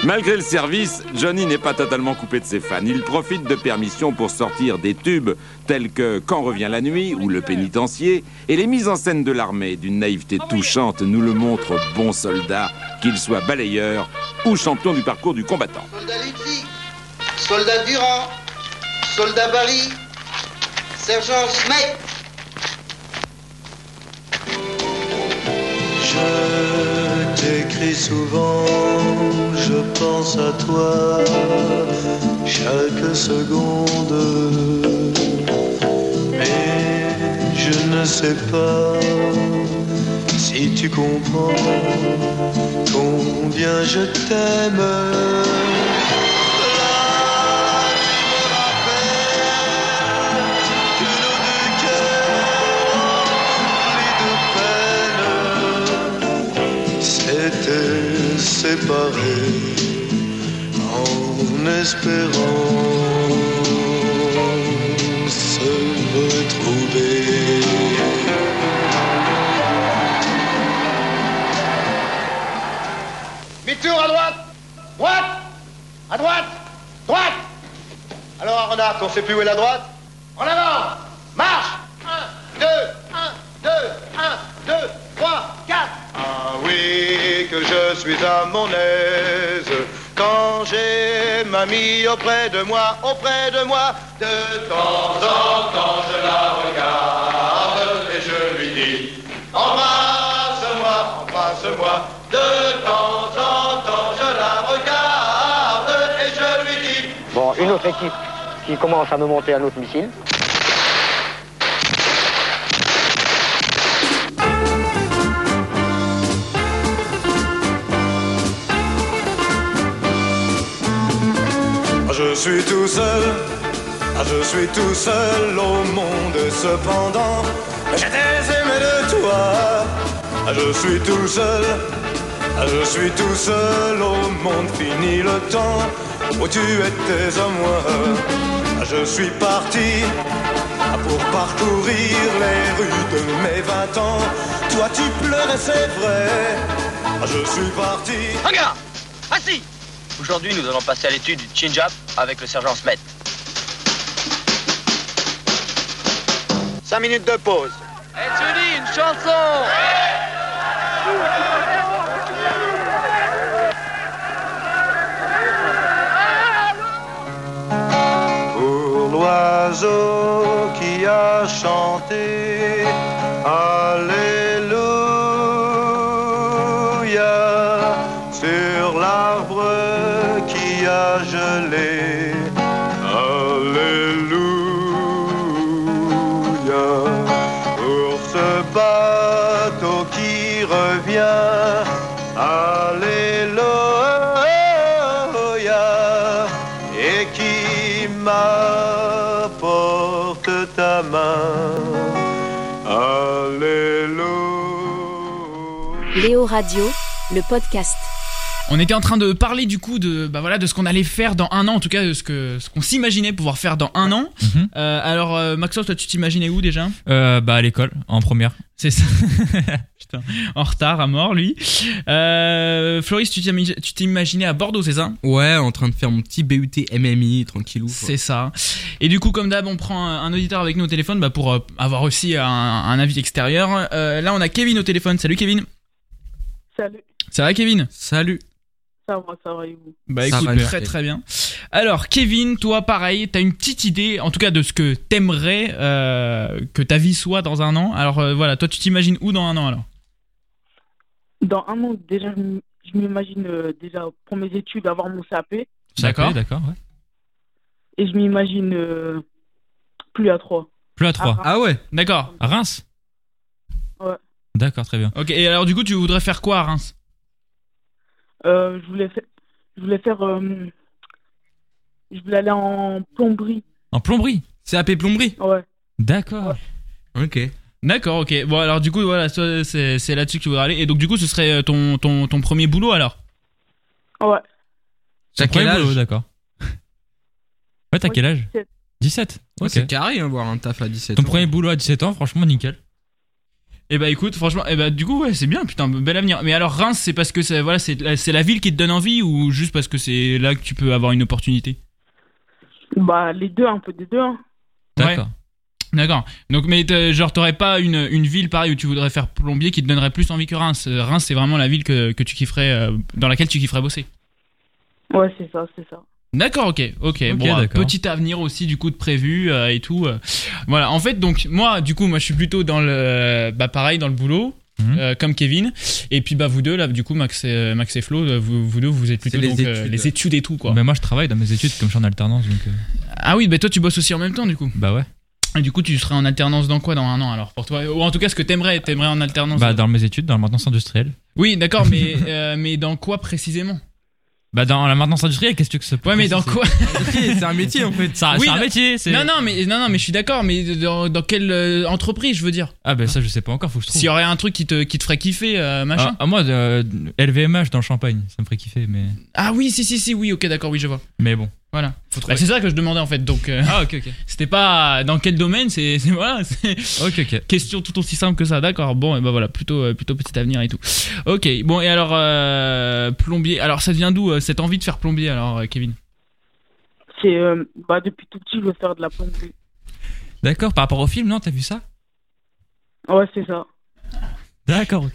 [SPEAKER 9] Malgré le service, Johnny n'est pas totalement coupé de ses fans. Il profite de permissions pour sortir des tubes tels que Quand revient la nuit ou Le pénitencier, et les mises en scène de l'armée d'une naïveté touchante nous le montrent bon soldat, qu'il soit balayeur ou champion du parcours du combattant.
[SPEAKER 8] Soldat Ludwig, soldat Durand, soldat Barry, sergent Smith.
[SPEAKER 10] Je t'écris souvent, je pense à toi chaque seconde. Mais je ne sais pas si tu comprends combien je t'aime. Là, tu me rappelles que l'eau du cœur espérance retrouvée.
[SPEAKER 6] Mi-tour à droite Droite À droite Droite
[SPEAKER 8] Alors, Renard, on sait plus où est la droite
[SPEAKER 6] En avant Marche 1, 2, 1, 2, 1, 2, 3, 4
[SPEAKER 8] Ah oui, que je suis à mon aise quand j'ai mamie auprès de moi, auprès de moi. De temps en temps, je la regarde et je lui dis Embrasse-moi, embrasse-moi. De temps en temps, je la regarde et je lui dis
[SPEAKER 11] Bon, une autre équipe qui commence à me monter un autre missile.
[SPEAKER 10] Ah, Je suis tout seul, ah, je suis tout seul au monde, cependant, j'étais aimé de toi. Ah, Je suis tout seul, ah, je suis tout seul au monde, fini le temps où tu étais à moi. Ah, Je suis parti ah, pour parcourir les rues de mes vingt ans. Toi tu pleurais, c'est vrai. Ah, Je suis parti.
[SPEAKER 12] Regarde Assis Aujourd'hui, nous allons passer à l'étude du Chinjap avec le sergent Smet.
[SPEAKER 8] 5 minutes de pause.
[SPEAKER 12] Et Johnny, une chanson
[SPEAKER 10] pour l'oiseau qui a chanté Alléluia sur l'arbre qui a gelé Alléluia pour ce bateau qui revient Alléluia et qui m'apporte ta main. Alléluia.
[SPEAKER 1] Léo Radio, le podcast.
[SPEAKER 2] On était en train de parler du coup de bah voilà de ce qu'on allait faire dans un an en tout cas de ce que ce qu'on s'imaginait pouvoir faire dans un an.
[SPEAKER 3] Mhm.
[SPEAKER 2] Euh, alors euh, Maxence toi tu t'imaginais où déjà
[SPEAKER 3] Euh, bah, à l'école, en première.
[SPEAKER 2] C'est ça. [LAUGHS] Putain, en retard à mort lui. Euh, Floris tu t'imag- tu t'imaginais à Bordeaux c'est ça
[SPEAKER 4] Ouais, en train de faire mon petit BUT MMI, tranquillou. quoi.
[SPEAKER 2] C'est ça. Et du coup, comme d'hab, on prend un un auditeur avec nous au téléphone bah, pour euh, avoir aussi un, un avis extérieur. Euh, là, on a Kevin au téléphone. Salut Kevin.
[SPEAKER 13] Salut,
[SPEAKER 2] Ça va Kevin
[SPEAKER 4] Salut.
[SPEAKER 13] ça va, ça va et vous
[SPEAKER 2] Bah écoute, très très bien. Alors Kevin, toi pareil, t'as une petite idée, en tout cas de ce que t'aimerais euh, que ta vie soit dans un an. Alors euh, voilà, toi tu t'imagines où dans un an alors
[SPEAKER 13] Dans un an, déjà, je m- je m'imagine euh, déjà pour mes études avoir mon CAP et
[SPEAKER 3] D'accord. D'accord, ouais.
[SPEAKER 13] je m'imagine euh, plus à 3.
[SPEAKER 3] Plus à 3.
[SPEAKER 13] Ah
[SPEAKER 4] ouais
[SPEAKER 2] D'accord.
[SPEAKER 3] À Reims
[SPEAKER 13] Ouais.
[SPEAKER 3] D'accord, très bien.
[SPEAKER 2] Ok, et alors du coup tu voudrais faire quoi à Reims
[SPEAKER 13] Euh, je voulais faire, je voulais faire, euh, je voulais aller en plomberie.
[SPEAKER 3] En plomberie
[SPEAKER 4] CAP plomberie
[SPEAKER 13] Ouais.
[SPEAKER 3] D'accord.
[SPEAKER 4] Ok.
[SPEAKER 2] D'accord, ok. Bon alors du coup voilà, toi, c'est c'est là-dessus que tu voudrais aller. Et donc du coup ce serait euh, ton, ton, ton premier boulot alors
[SPEAKER 13] Ouais.
[SPEAKER 4] T'as
[SPEAKER 3] Premier
[SPEAKER 4] quel âge
[SPEAKER 13] [LAUGHS]
[SPEAKER 3] boulot, D'accord. Ouais, t'as quel âge 17.
[SPEAKER 4] Ouais,
[SPEAKER 3] Ok.
[SPEAKER 4] C'est carré, hein, voir un taf à 17
[SPEAKER 3] Ton
[SPEAKER 4] ans.
[SPEAKER 3] premier boulot à 17 ans, franchement, nickel.
[SPEAKER 2] Eh bah écoute, franchement, eh bah du coup ouais, c'est bien, putain, bel avenir. Mais alors Reims, c'est parce que ça- voilà, c'est la- c'est la ville qui te donne envie ou juste parce que c'est là que tu peux avoir une opportunité
[SPEAKER 13] Bah, les deux, un peu des deux. hein.
[SPEAKER 3] D'accord.
[SPEAKER 2] D'accord. Donc, mais t'as- genre, t'aurais pas une, une ville pareille où tu voudrais faire plombier qui te donnerait plus envie que Reims. Euh, Reims, c'est vraiment la ville que, que tu kifferais, euh, dans laquelle tu kifferais bosser.
[SPEAKER 13] Ouais, c'est ça, c'est ça.
[SPEAKER 2] D'accord, ok, ok. bon,
[SPEAKER 3] d'accord.
[SPEAKER 2] euh, petit avenir aussi du coup de prévu euh, et tout. euh. Voilà. En fait, donc moi, du coup, moi, je suis plutôt dans le, bah, pareil, dans le boulot.
[SPEAKER 3] Mhm.
[SPEAKER 2] euh, comme Kevin et puis bah vous deux là du coup Max et, Max et Flo euh, vous, vous deux vous êtes plutôt
[SPEAKER 3] C'est les
[SPEAKER 2] donc, euh,
[SPEAKER 3] études. Bah.
[SPEAKER 2] les études et tout quoi
[SPEAKER 3] Mais moi, je travaille dans mes études, comme je suis en alternance, donc. euh,
[SPEAKER 2] ah oui bah toi tu bosses aussi en même temps du coup
[SPEAKER 3] Bah ouais.
[SPEAKER 2] et du coup tu serais en alternance dans quoi dans un an alors pour toi ou en tout cas ce que t'aimerais t'aimerais en alternance
[SPEAKER 3] Bah, dans mes études, dans la maintenance industrielle.
[SPEAKER 2] Oui, d'accord,
[SPEAKER 3] [LAUGHS]
[SPEAKER 2] mais, euh, mais dans quoi précisément
[SPEAKER 3] Bah, dans la maintenance industrielle, qu'est-ce que tu veux que ça
[SPEAKER 2] Ouais, mais dans quoi
[SPEAKER 4] C'est un métier en fait.
[SPEAKER 3] Ça- c'est un métier, c'est-
[SPEAKER 2] Non, non, mais, non, non, mais je suis d'accord, mais dans, dans quelle euh, entreprise, je veux dire
[SPEAKER 3] Ah, bah, ça, je sais pas encore, faut que je trouve.
[SPEAKER 2] S'il y aurait un truc qui te, qui te ferait kiffer, euh, machin.
[SPEAKER 3] Ah, ah, moi, euh, LVMH dans le champagne, ça me ferait kiffer, mais.
[SPEAKER 2] Ah, oui, si, si, si, oui, ok, d'accord, oui, je vois.
[SPEAKER 3] Mais bon.
[SPEAKER 2] Voilà.
[SPEAKER 3] trouver.
[SPEAKER 2] Bah, c'est ça que je demandais en fait. Donc, euh,
[SPEAKER 3] Ah, ok, ok.
[SPEAKER 2] [LAUGHS] C'était pas dans quel domaine, c'est c'est- voilà. [LAUGHS] c'est- Question tout aussi simple que ça, d'accord. Bon, et ben voilà, plutôt euh, plutôt petit avenir et tout. Ok. Bon et alors euh, plombier. Alors ça vient d'où euh, cette envie de faire plombier alors, euh, Kevin
[SPEAKER 13] C'est, euh, bah, depuis tout petit, je veux faire de la plomberie.
[SPEAKER 3] D'accord, par rapport au film, non T'as vu ça
[SPEAKER 13] Ouais, c'est ça.
[SPEAKER 3] D'accord, ok.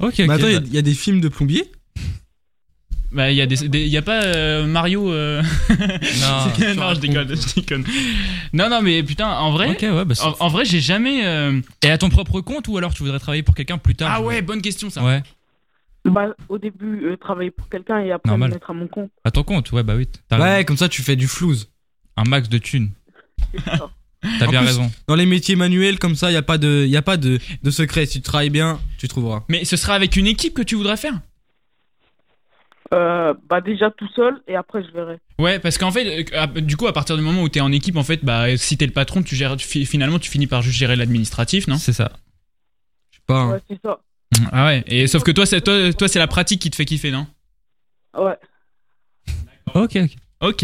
[SPEAKER 3] Ok,
[SPEAKER 4] Mais
[SPEAKER 3] ok,
[SPEAKER 4] attends, il y a-
[SPEAKER 3] bah-
[SPEAKER 4] il y, a des films de plombiers
[SPEAKER 2] Bah il y a des, des- il y a pas euh, Mario. euh, [LAUGHS]
[SPEAKER 3] Non.
[SPEAKER 2] non, je déconne, je déconne. Non non mais putain en vrai.
[SPEAKER 3] Ok, ouais, bah, c'est-
[SPEAKER 2] en, en vrai j'ai jamais. euh,
[SPEAKER 3] Et à ton propre compte ou alors tu voudrais travailler pour quelqu'un plus tard
[SPEAKER 2] Ah
[SPEAKER 3] je-
[SPEAKER 2] ouais, bonne question ça.
[SPEAKER 3] Ouais.
[SPEAKER 13] Bah, au début, euh, travailler pour quelqu'un et après
[SPEAKER 3] Normal.
[SPEAKER 13] me mettre à mon compte.
[SPEAKER 3] À ton compte, ouais, bah oui. Ouais, comme ça tu fais du flouze. Un max de thunes. T'as
[SPEAKER 4] En
[SPEAKER 3] bien
[SPEAKER 4] plus,
[SPEAKER 3] raison.
[SPEAKER 4] Dans les métiers manuels comme ça, il n'y a pas de, y a pas de, de secret. Si tu travailles bien, tu trouveras.
[SPEAKER 2] Mais ce sera avec une équipe que tu voudrais faire
[SPEAKER 13] Euh, bah, déjà tout seul et après, je verrai.
[SPEAKER 2] Ouais, parce qu'en fait, euh, à- du coup, à partir du moment où t'es en équipe, en fait, bah, si t'es le patron, tu gères, tu fi- finalement, tu finis par juste gérer l'administratif, non
[SPEAKER 3] C'est ça.
[SPEAKER 2] Je sais
[SPEAKER 4] pas. hein.
[SPEAKER 13] Ouais, c'est ça.
[SPEAKER 2] Ah ouais. Et sauf que toi, c'est toi, toi, c'est la pratique qui te fait kiffer, non
[SPEAKER 13] Ouais.
[SPEAKER 3] Ok, ok.
[SPEAKER 2] Ok.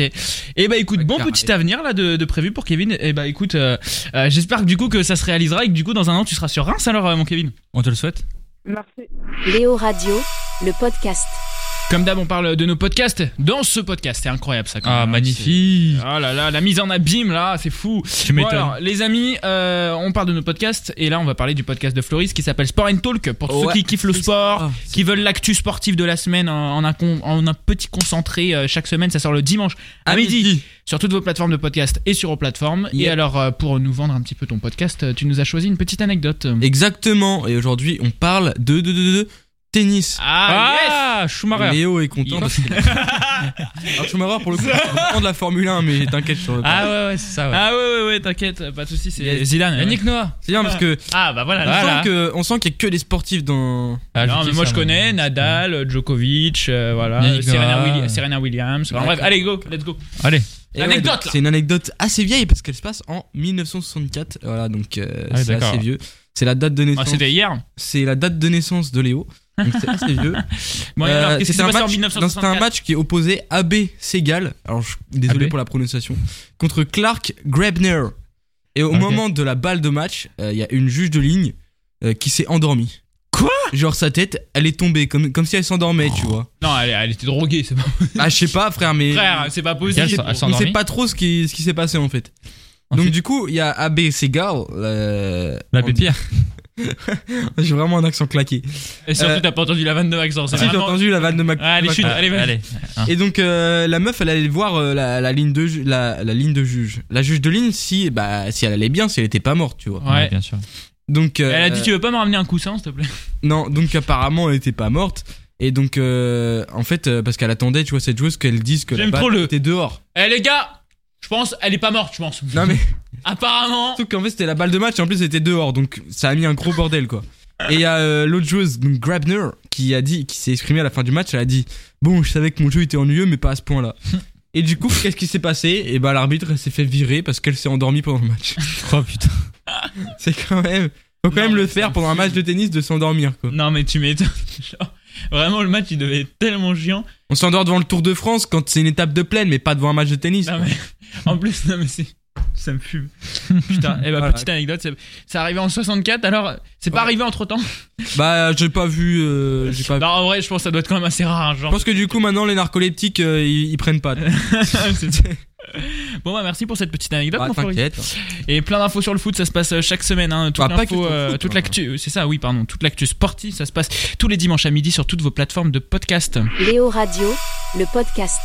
[SPEAKER 2] Et bah écoute, bon petit avenir là de, de prévu pour Kevin. Et bah écoute, euh, euh, j'espère que du coup que ça se réalisera et que du coup dans un an tu seras sur Reims alors euh, mon Kevin.
[SPEAKER 3] On te le souhaite.
[SPEAKER 13] Merci.
[SPEAKER 1] Léo Radio, le podcast.
[SPEAKER 2] Comme d'hab, on parle de nos podcasts dans ce podcast. C'est incroyable ça. quand
[SPEAKER 3] Ah,
[SPEAKER 2] même.
[SPEAKER 3] magnifique.
[SPEAKER 2] Ah là là, la mise en abîme là, c'est fou.
[SPEAKER 3] Tu m'étonnes.
[SPEAKER 2] alors, les amis, euh, on parle de nos podcasts et là on va parler du podcast de Floris qui s'appelle Sport and Talk pour
[SPEAKER 4] Ouais.
[SPEAKER 2] ceux qui kiffent le sport, qui veulent l'actu sportive de la semaine en, en un, con- en un petit concentré euh, chaque semaine. Ça sort le dimanche à, midi, sur toutes vos plateformes de podcast et sur vos plateformes. Et
[SPEAKER 4] Yeah.
[SPEAKER 2] alors euh, pour nous vendre un petit peu ton podcast, euh, tu nous as choisi une petite anecdote.
[SPEAKER 4] Exactement. Et aujourd'hui, on parle de, de, de, de tennis.
[SPEAKER 2] Ah, yes Schumacher.
[SPEAKER 4] Léo est content.
[SPEAKER 2] Il-
[SPEAKER 4] parce que- [LAUGHS] Alors, Schumacher, pour le coup, c'est vraiment de la Formule 1, mais t'inquiète. sur-
[SPEAKER 2] Ah ouais, ouais, c'est ça.
[SPEAKER 4] ouais.
[SPEAKER 2] Ah ouais, ouais, ouais, t'inquiète, pas de soucis,
[SPEAKER 4] Il y
[SPEAKER 2] c'est
[SPEAKER 4] a-
[SPEAKER 2] Zidane. ouais.
[SPEAKER 4] Yannick Noah. C'est bien parce que.
[SPEAKER 2] Ah bah voilà,
[SPEAKER 4] on
[SPEAKER 2] voilà.
[SPEAKER 4] sent que- on sent qu'il n'y a que des sportifs dans.
[SPEAKER 2] non, mais moi je connais Nadal, euh, Djokovic, euh, voilà,
[SPEAKER 4] Yannick
[SPEAKER 2] Serena,
[SPEAKER 4] Noah.
[SPEAKER 2] Willi- Serena Williams. Enfin, bref,
[SPEAKER 4] D'accord.
[SPEAKER 2] allez, go, let's go.
[SPEAKER 3] Allez.
[SPEAKER 4] Et ouais,
[SPEAKER 2] Anecdote,
[SPEAKER 4] donc,
[SPEAKER 2] là.
[SPEAKER 4] C'est une anecdote assez vieille parce qu'elle se passe en 1964. Voilà, donc euh,
[SPEAKER 2] Ah,
[SPEAKER 4] c'est
[SPEAKER 2] d'accord.
[SPEAKER 4] assez vieux. Ah, C'est la date de naissance.
[SPEAKER 2] Ah, c'était hier.
[SPEAKER 4] C'est la date de naissance de Léo. Donc c'est assez vieux.
[SPEAKER 2] Bon, et alors, qu'est-ce qui s'est
[SPEAKER 4] Euh, c'était un
[SPEAKER 2] passé en
[SPEAKER 4] match-
[SPEAKER 2] 1964?
[SPEAKER 4] non, c'était un match qui opposait AB Segal. Alors je- désolé
[SPEAKER 3] AB?
[SPEAKER 4] pour la prononciation. Contre Clark Grebner. Et au
[SPEAKER 3] Ok.
[SPEAKER 4] moment de la balle de match, euh, il y a une juge de ligne euh, qui s'est endormie.
[SPEAKER 2] Quoi
[SPEAKER 4] Genre sa tête, elle est tombée comme, comme si elle s'endormait, tu vois.
[SPEAKER 2] Non, elle, elle était droguée, c'est pas
[SPEAKER 4] Ah, je sais pas, frère, mais.
[SPEAKER 2] Frère, c'est pas possible.
[SPEAKER 4] On sait-
[SPEAKER 2] Elle s'est
[SPEAKER 4] On sait
[SPEAKER 2] endormie
[SPEAKER 4] pas trop ce qui, ce qui s'est passé en fait. Donc, du coup, il y a AB Segal. euh,
[SPEAKER 3] La
[SPEAKER 4] on-
[SPEAKER 3] pépière.
[SPEAKER 4] [LAUGHS] J'ai vraiment un accent claqué.
[SPEAKER 2] Et surtout,
[SPEAKER 4] Euh,
[SPEAKER 2] t'as pas entendu la vanne de Maxence.
[SPEAKER 4] si, j'ai entendu la vanne de Mac.
[SPEAKER 2] Allez,
[SPEAKER 4] Mac-
[SPEAKER 2] chute, allez, vas-y. Allez.
[SPEAKER 4] Et donc, euh, la meuf, elle allait voir euh, la, la ligne de, ju- la, la ligne de juge. La juge de ligne, si, bah, si elle allait bien, si elle était pas morte, tu vois.
[SPEAKER 2] Ouais. Ouais, bien
[SPEAKER 3] sûr.
[SPEAKER 4] Donc, euh,
[SPEAKER 2] Elle a dit, tu veux pas me ramener un coussin, s'il te plaît
[SPEAKER 4] Non, donc apparemment elle était pas morte. Et donc, euh, en fait, euh, parce qu'elle attendait, tu vois, cette joueuse qu'elle dise que la
[SPEAKER 2] J'aime trop
[SPEAKER 4] balle
[SPEAKER 2] le-
[SPEAKER 4] était dehors.
[SPEAKER 2] Eh les gars, je pense, elle est pas morte, je pense.
[SPEAKER 4] Non mais.
[SPEAKER 2] [LAUGHS] Apparemment.
[SPEAKER 4] Surtout qu'en fait c'était la balle de match et en plus c'était dehors donc ça a mis un gros bordel quoi. Et il y a euh, l'autre joueuse, donc Grabner, qui a dit, qui s'est exprimée à la fin du match, elle a dit Bon, je savais que mon jeu était ennuyeux, mais pas à ce point-là. Et du coup, qu'est-ce qui s'est passé Et bah, l'arbitre elle s'est fait virer parce qu'elle s'est endormie pendant le match.
[SPEAKER 3] Oh putain.
[SPEAKER 4] [LAUGHS] C'est quand même. Faut quand même le faire pendant un match de tennis de s'endormir quoi.
[SPEAKER 2] Non, mais tu m'étonnes. [LAUGHS] Genre, Vraiment, le match, il devait être tellement chiant.
[SPEAKER 4] On s'endort devant le Tour de France quand c'est une étape de plaine, mais pas devant un match de tennis.
[SPEAKER 2] Non, mais- [LAUGHS] En plus, non, mais c'est. Ça me fume. Putain, et bah,
[SPEAKER 4] Voilà.
[SPEAKER 2] petite anecdote, c'est c'est arrivé en 64, alors c'est pas arrivé entre temps.
[SPEAKER 4] Bah, j'ai pas vu. euh, j'ai pas...
[SPEAKER 2] Non, en vrai, je pense que ça doit être quand même assez rare. hein,
[SPEAKER 4] Je
[SPEAKER 2] Genre.
[SPEAKER 4] pense que du coup, maintenant, les narcoleptiques, euh, ils, ils prennent pas.
[SPEAKER 2] Eh, [LAUGHS]
[SPEAKER 4] [LAUGHS]
[SPEAKER 2] Bon, bah, merci pour cette petite anecdote,
[SPEAKER 4] Ah,
[SPEAKER 2] mon Floris.
[SPEAKER 4] t'inquiète.
[SPEAKER 2] Et plein d'infos sur le foot, ça se passe euh, chaque semaine. hein. Toute
[SPEAKER 4] Ah, pas que
[SPEAKER 2] l'info,
[SPEAKER 4] sur le
[SPEAKER 2] euh,
[SPEAKER 4] foot,
[SPEAKER 2] toute
[SPEAKER 4] hein.
[SPEAKER 2] l'actu, euh, c'est ça, oui, pardon, toute l'actu sportive, ça se passe tous les dimanches à midi sur toutes vos plateformes de podcast.
[SPEAKER 1] Léo Radio, le podcast.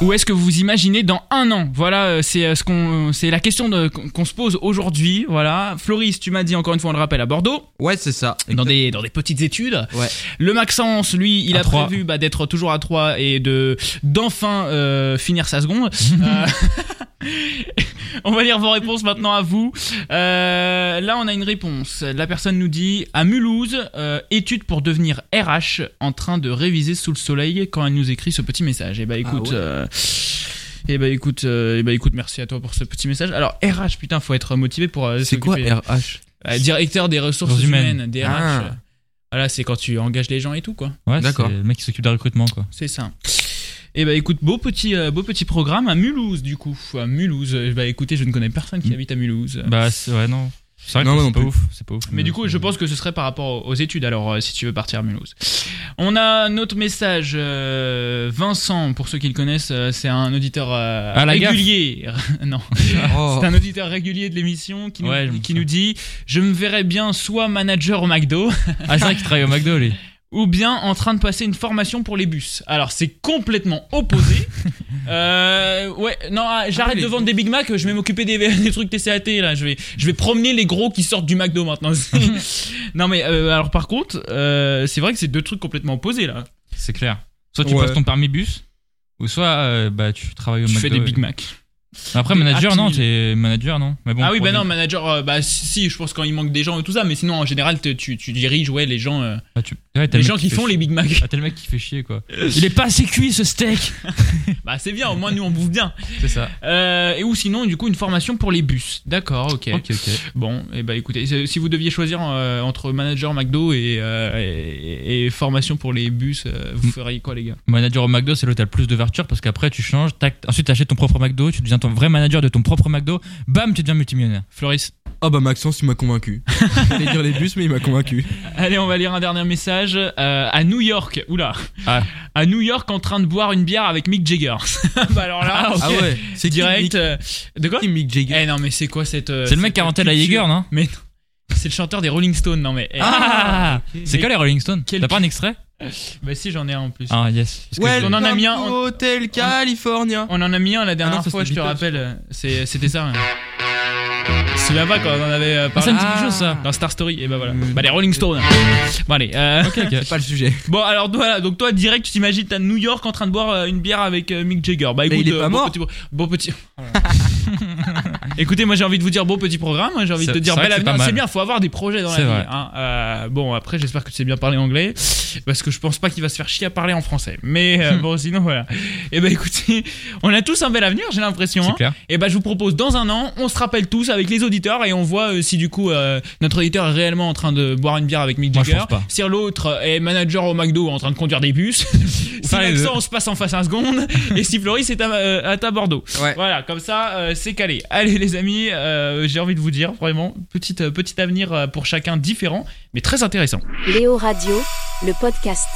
[SPEAKER 2] Où est-ce que vous vous imaginez dans un an Voilà, euh, c'est euh, ce qu'on, c'est la question de- qu'on qu'on se pose aujourd'hui. Voilà, Floris, tu m'as dit encore une fois, on le rappelle à Bordeaux.
[SPEAKER 4] Ouais, c'est ça.
[SPEAKER 2] Dans des, dans des petites études.
[SPEAKER 4] Ouais.
[SPEAKER 2] Le Maxence, lui, il
[SPEAKER 3] À
[SPEAKER 2] a
[SPEAKER 3] trois.
[SPEAKER 2] prévu bah, d'être toujours à 3 et de d'enfin euh, finir sa
[SPEAKER 4] [LAUGHS]
[SPEAKER 2] seconde. Euh, [LAUGHS] on va lire vos réponses maintenant à vous. Euh, là, on a une réponse. La personne nous dit à Mulhouse, euh, étude pour devenir RH en train de réviser sous le soleil quand elle nous écrit ce petit message. Et bah écoute.
[SPEAKER 4] Ah ouais.
[SPEAKER 2] euh, eh bah écoute, euh, eh bah, écoute, merci à toi pour ce petit message. Alors RH, putain, faut être motivé pour.
[SPEAKER 4] C'est quoi RH
[SPEAKER 2] Euh, directeur des ressources
[SPEAKER 3] Ressources humaines.
[SPEAKER 2] humaines, DRH.
[SPEAKER 3] Ah.
[SPEAKER 2] Voilà, c'est quand tu engages les gens et tout, quoi.
[SPEAKER 3] Ouais,
[SPEAKER 4] D'accord.
[SPEAKER 3] D'accord. Le mec qui s'occupe des recrutements, quoi.
[SPEAKER 2] C'est ça. Et bah écoute, beau petit, euh, beau petit programme à Mulhouse du coup. À Mulhouse, euh, bah écoutez, je ne connais personne qui habite à Mulhouse.
[SPEAKER 3] Bah, euh, c'est- ouais, non. C'est vrai que
[SPEAKER 2] Non, moi
[SPEAKER 3] c'est
[SPEAKER 2] non
[SPEAKER 3] pas
[SPEAKER 2] plus.
[SPEAKER 3] ouf. C'est pas ouf.
[SPEAKER 2] Mais du coup, je pense que ce serait par rapport aux études, alors, euh, si tu veux partir à Mulhouse. On a un autre message. euh, Vincent, pour ceux qui le connaissent, euh, c'est un auditeur euh,
[SPEAKER 3] À la gaffe.
[SPEAKER 2] régulier. [LAUGHS] non.
[SPEAKER 3] Oh.
[SPEAKER 2] C'est un auditeur régulier de l'émission qui, nous,
[SPEAKER 3] Ouais, je me
[SPEAKER 2] qui nous dit Je me verrais bien soit manager au McDo.
[SPEAKER 3] Ah, c'est vrai qu'il travaille au McDo, lui.
[SPEAKER 2] Ou bien en train de passer une formation pour les bus. Alors, c'est complètement
[SPEAKER 3] [LAUGHS]
[SPEAKER 2] opposé. Euh, ouais, non, ah, j'arrête de vendre des Big Mac, je vais m'occuper des, [LAUGHS] des trucs TCAT là. Je vais, je vais promener les gros qui sortent du McDo
[SPEAKER 3] [LAUGHS]
[SPEAKER 2] maintenant. non, mais euh, alors par contre, euh, c'est vrai que c'est deux trucs complètement opposés là.
[SPEAKER 3] C'est clair. Soit tu
[SPEAKER 2] Ouais.
[SPEAKER 3] passes ton permis bus, ou soit euh, bah, tu travailles au
[SPEAKER 2] Tu
[SPEAKER 3] McDo.
[SPEAKER 2] fais des
[SPEAKER 3] et-
[SPEAKER 2] Big Mac.
[SPEAKER 3] Après,
[SPEAKER 2] Des
[SPEAKER 3] manager,
[SPEAKER 2] Happy
[SPEAKER 3] non,
[SPEAKER 2] Meal.
[SPEAKER 3] t'es manager, non. Mais bon,
[SPEAKER 2] ah oui,
[SPEAKER 3] pour
[SPEAKER 2] bah
[SPEAKER 3] des-
[SPEAKER 2] non, manager, euh, bah si, je pense quand il manque des gens et tout ça, mais sinon en général, te- tu, tu diriges ouais, les gens, euh,
[SPEAKER 3] Ah, Ouais, t'as
[SPEAKER 2] les
[SPEAKER 3] le mec
[SPEAKER 2] gens qui
[SPEAKER 3] fait
[SPEAKER 2] font
[SPEAKER 3] chier.
[SPEAKER 2] les Big Mac.
[SPEAKER 3] Ah, t'as le mec qui fait chier, quoi. Il est pas assez cuit ce steak
[SPEAKER 2] [LAUGHS] Bah c'est bien, au moins nous on bouffe bien.
[SPEAKER 3] C'est ça.
[SPEAKER 2] Euh, et ou sinon du coup une formation pour les bus. D'accord, ok.
[SPEAKER 3] Ok, ok.
[SPEAKER 2] Bon, et bah écoutez, si- si vous deviez choisir euh, entre manager McDo et, euh, et, et formation pour les bus, euh,
[SPEAKER 3] Mm.
[SPEAKER 2] vous feriez quoi les gars
[SPEAKER 3] Manager au McDo, c'est là où t'as le plus d'ouverture parce qu'après tu changes, tac, ensuite t'achètes ton propre McDo, tu deviens ton vrai manager de ton propre McDo, bam, tu deviens multimillionnaire.
[SPEAKER 2] Floris.
[SPEAKER 4] Ah bah Maxence, il m'a convaincu. Il allait dire les bus, mais il m'a convaincu.
[SPEAKER 2] Allez, on va lire un dernier message euh, à New York. Oula.
[SPEAKER 3] Ah.
[SPEAKER 2] À New York en train de boire une bière avec Mick Jagger. [LAUGHS] bah alors là, [LAUGHS]
[SPEAKER 3] Ah,
[SPEAKER 2] ok.
[SPEAKER 3] ah ouais.
[SPEAKER 2] c'est direct. euh, de quoi Mick Jagger. Eh non, mais c'est quoi cette euh,
[SPEAKER 3] C'est le mec
[SPEAKER 2] cette
[SPEAKER 3] qui a inventé la
[SPEAKER 2] culture
[SPEAKER 3] Jaeger, non
[SPEAKER 2] Mais non. c'est le chanteur des Rolling Stones, non mais. eh.
[SPEAKER 3] Ah C'est quoi les Rolling Stones
[SPEAKER 2] Quel-
[SPEAKER 3] T'as pas un extrait
[SPEAKER 2] Bah si, j'en ai un en plus.
[SPEAKER 3] Ah yes. Parce que
[SPEAKER 2] on en a mis un.
[SPEAKER 4] au Hotel California.
[SPEAKER 2] Hein. On en a mis un la dernière
[SPEAKER 4] Ah non, ça,
[SPEAKER 2] fois,
[SPEAKER 4] c'est
[SPEAKER 2] je te
[SPEAKER 4] Beatles.
[SPEAKER 2] rappelle. C'est- C'était ça. hein. C'est là-bas quand on en avait euh, parlé.
[SPEAKER 3] Ah, ça me dit quelque chose, ça. Mm.
[SPEAKER 2] Dans Star Story. Et bah voilà. Bah les Rolling Stones. Bon allez. euh,
[SPEAKER 4] C'est pas le sujet.
[SPEAKER 2] Bon alors voilà, donc toi direct tu t'imagines t'as New York en train de boire euh, une bière avec euh, Mick Jagger. Bah
[SPEAKER 4] Mais
[SPEAKER 2] écoute,
[SPEAKER 4] il est
[SPEAKER 2] euh,
[SPEAKER 4] pas
[SPEAKER 2] bon
[SPEAKER 4] mort.
[SPEAKER 2] petit pro- bon petit. [LAUGHS] Écoutez, moi j'ai envie de vous dire beau petit programme, hein, j'ai envie de
[SPEAKER 3] C'est-
[SPEAKER 2] te dire
[SPEAKER 3] c'est vrai
[SPEAKER 2] bel
[SPEAKER 3] que c'est
[SPEAKER 2] avenir.
[SPEAKER 3] pas mal.
[SPEAKER 2] C'est bien, faut avoir des projets dans la
[SPEAKER 3] C'est
[SPEAKER 2] vie.
[SPEAKER 3] vrai.
[SPEAKER 2] hein. Euh, bon après j'espère que tu sais bien parler anglais parce que je pense pas qu'il va se faire chier à parler en français. Mais
[SPEAKER 3] [LAUGHS]
[SPEAKER 2] euh, bon sinon voilà. Et ben écoutez, on a tous un bel avenir, j'ai l'impression.
[SPEAKER 3] C'est
[SPEAKER 2] hein.
[SPEAKER 3] clair.
[SPEAKER 2] Et ben je vous propose dans un an, on se rappelle tous avec les auditeurs et on voit euh, si du coup euh, notre auditeur est réellement en train de boire une bière avec Mick
[SPEAKER 3] Moi, je
[SPEAKER 2] Jagger.
[SPEAKER 3] pense pas.
[SPEAKER 2] Si l'autre est manager au McDo en train de conduire des bus, [LAUGHS] si
[SPEAKER 3] Ça, les deux.
[SPEAKER 2] Maxence se passe en face un
[SPEAKER 3] [LAUGHS]
[SPEAKER 2] seconde et si Floris est à, euh, à ta Bordeaux. Voilà, comme ça euh, c'est calé. Allez les amis, euh, j'ai envie de vous dire vraiment petite euh, petit avenir euh, pour chacun différent, mais très intéressant.
[SPEAKER 1] Léo Radio, le podcast.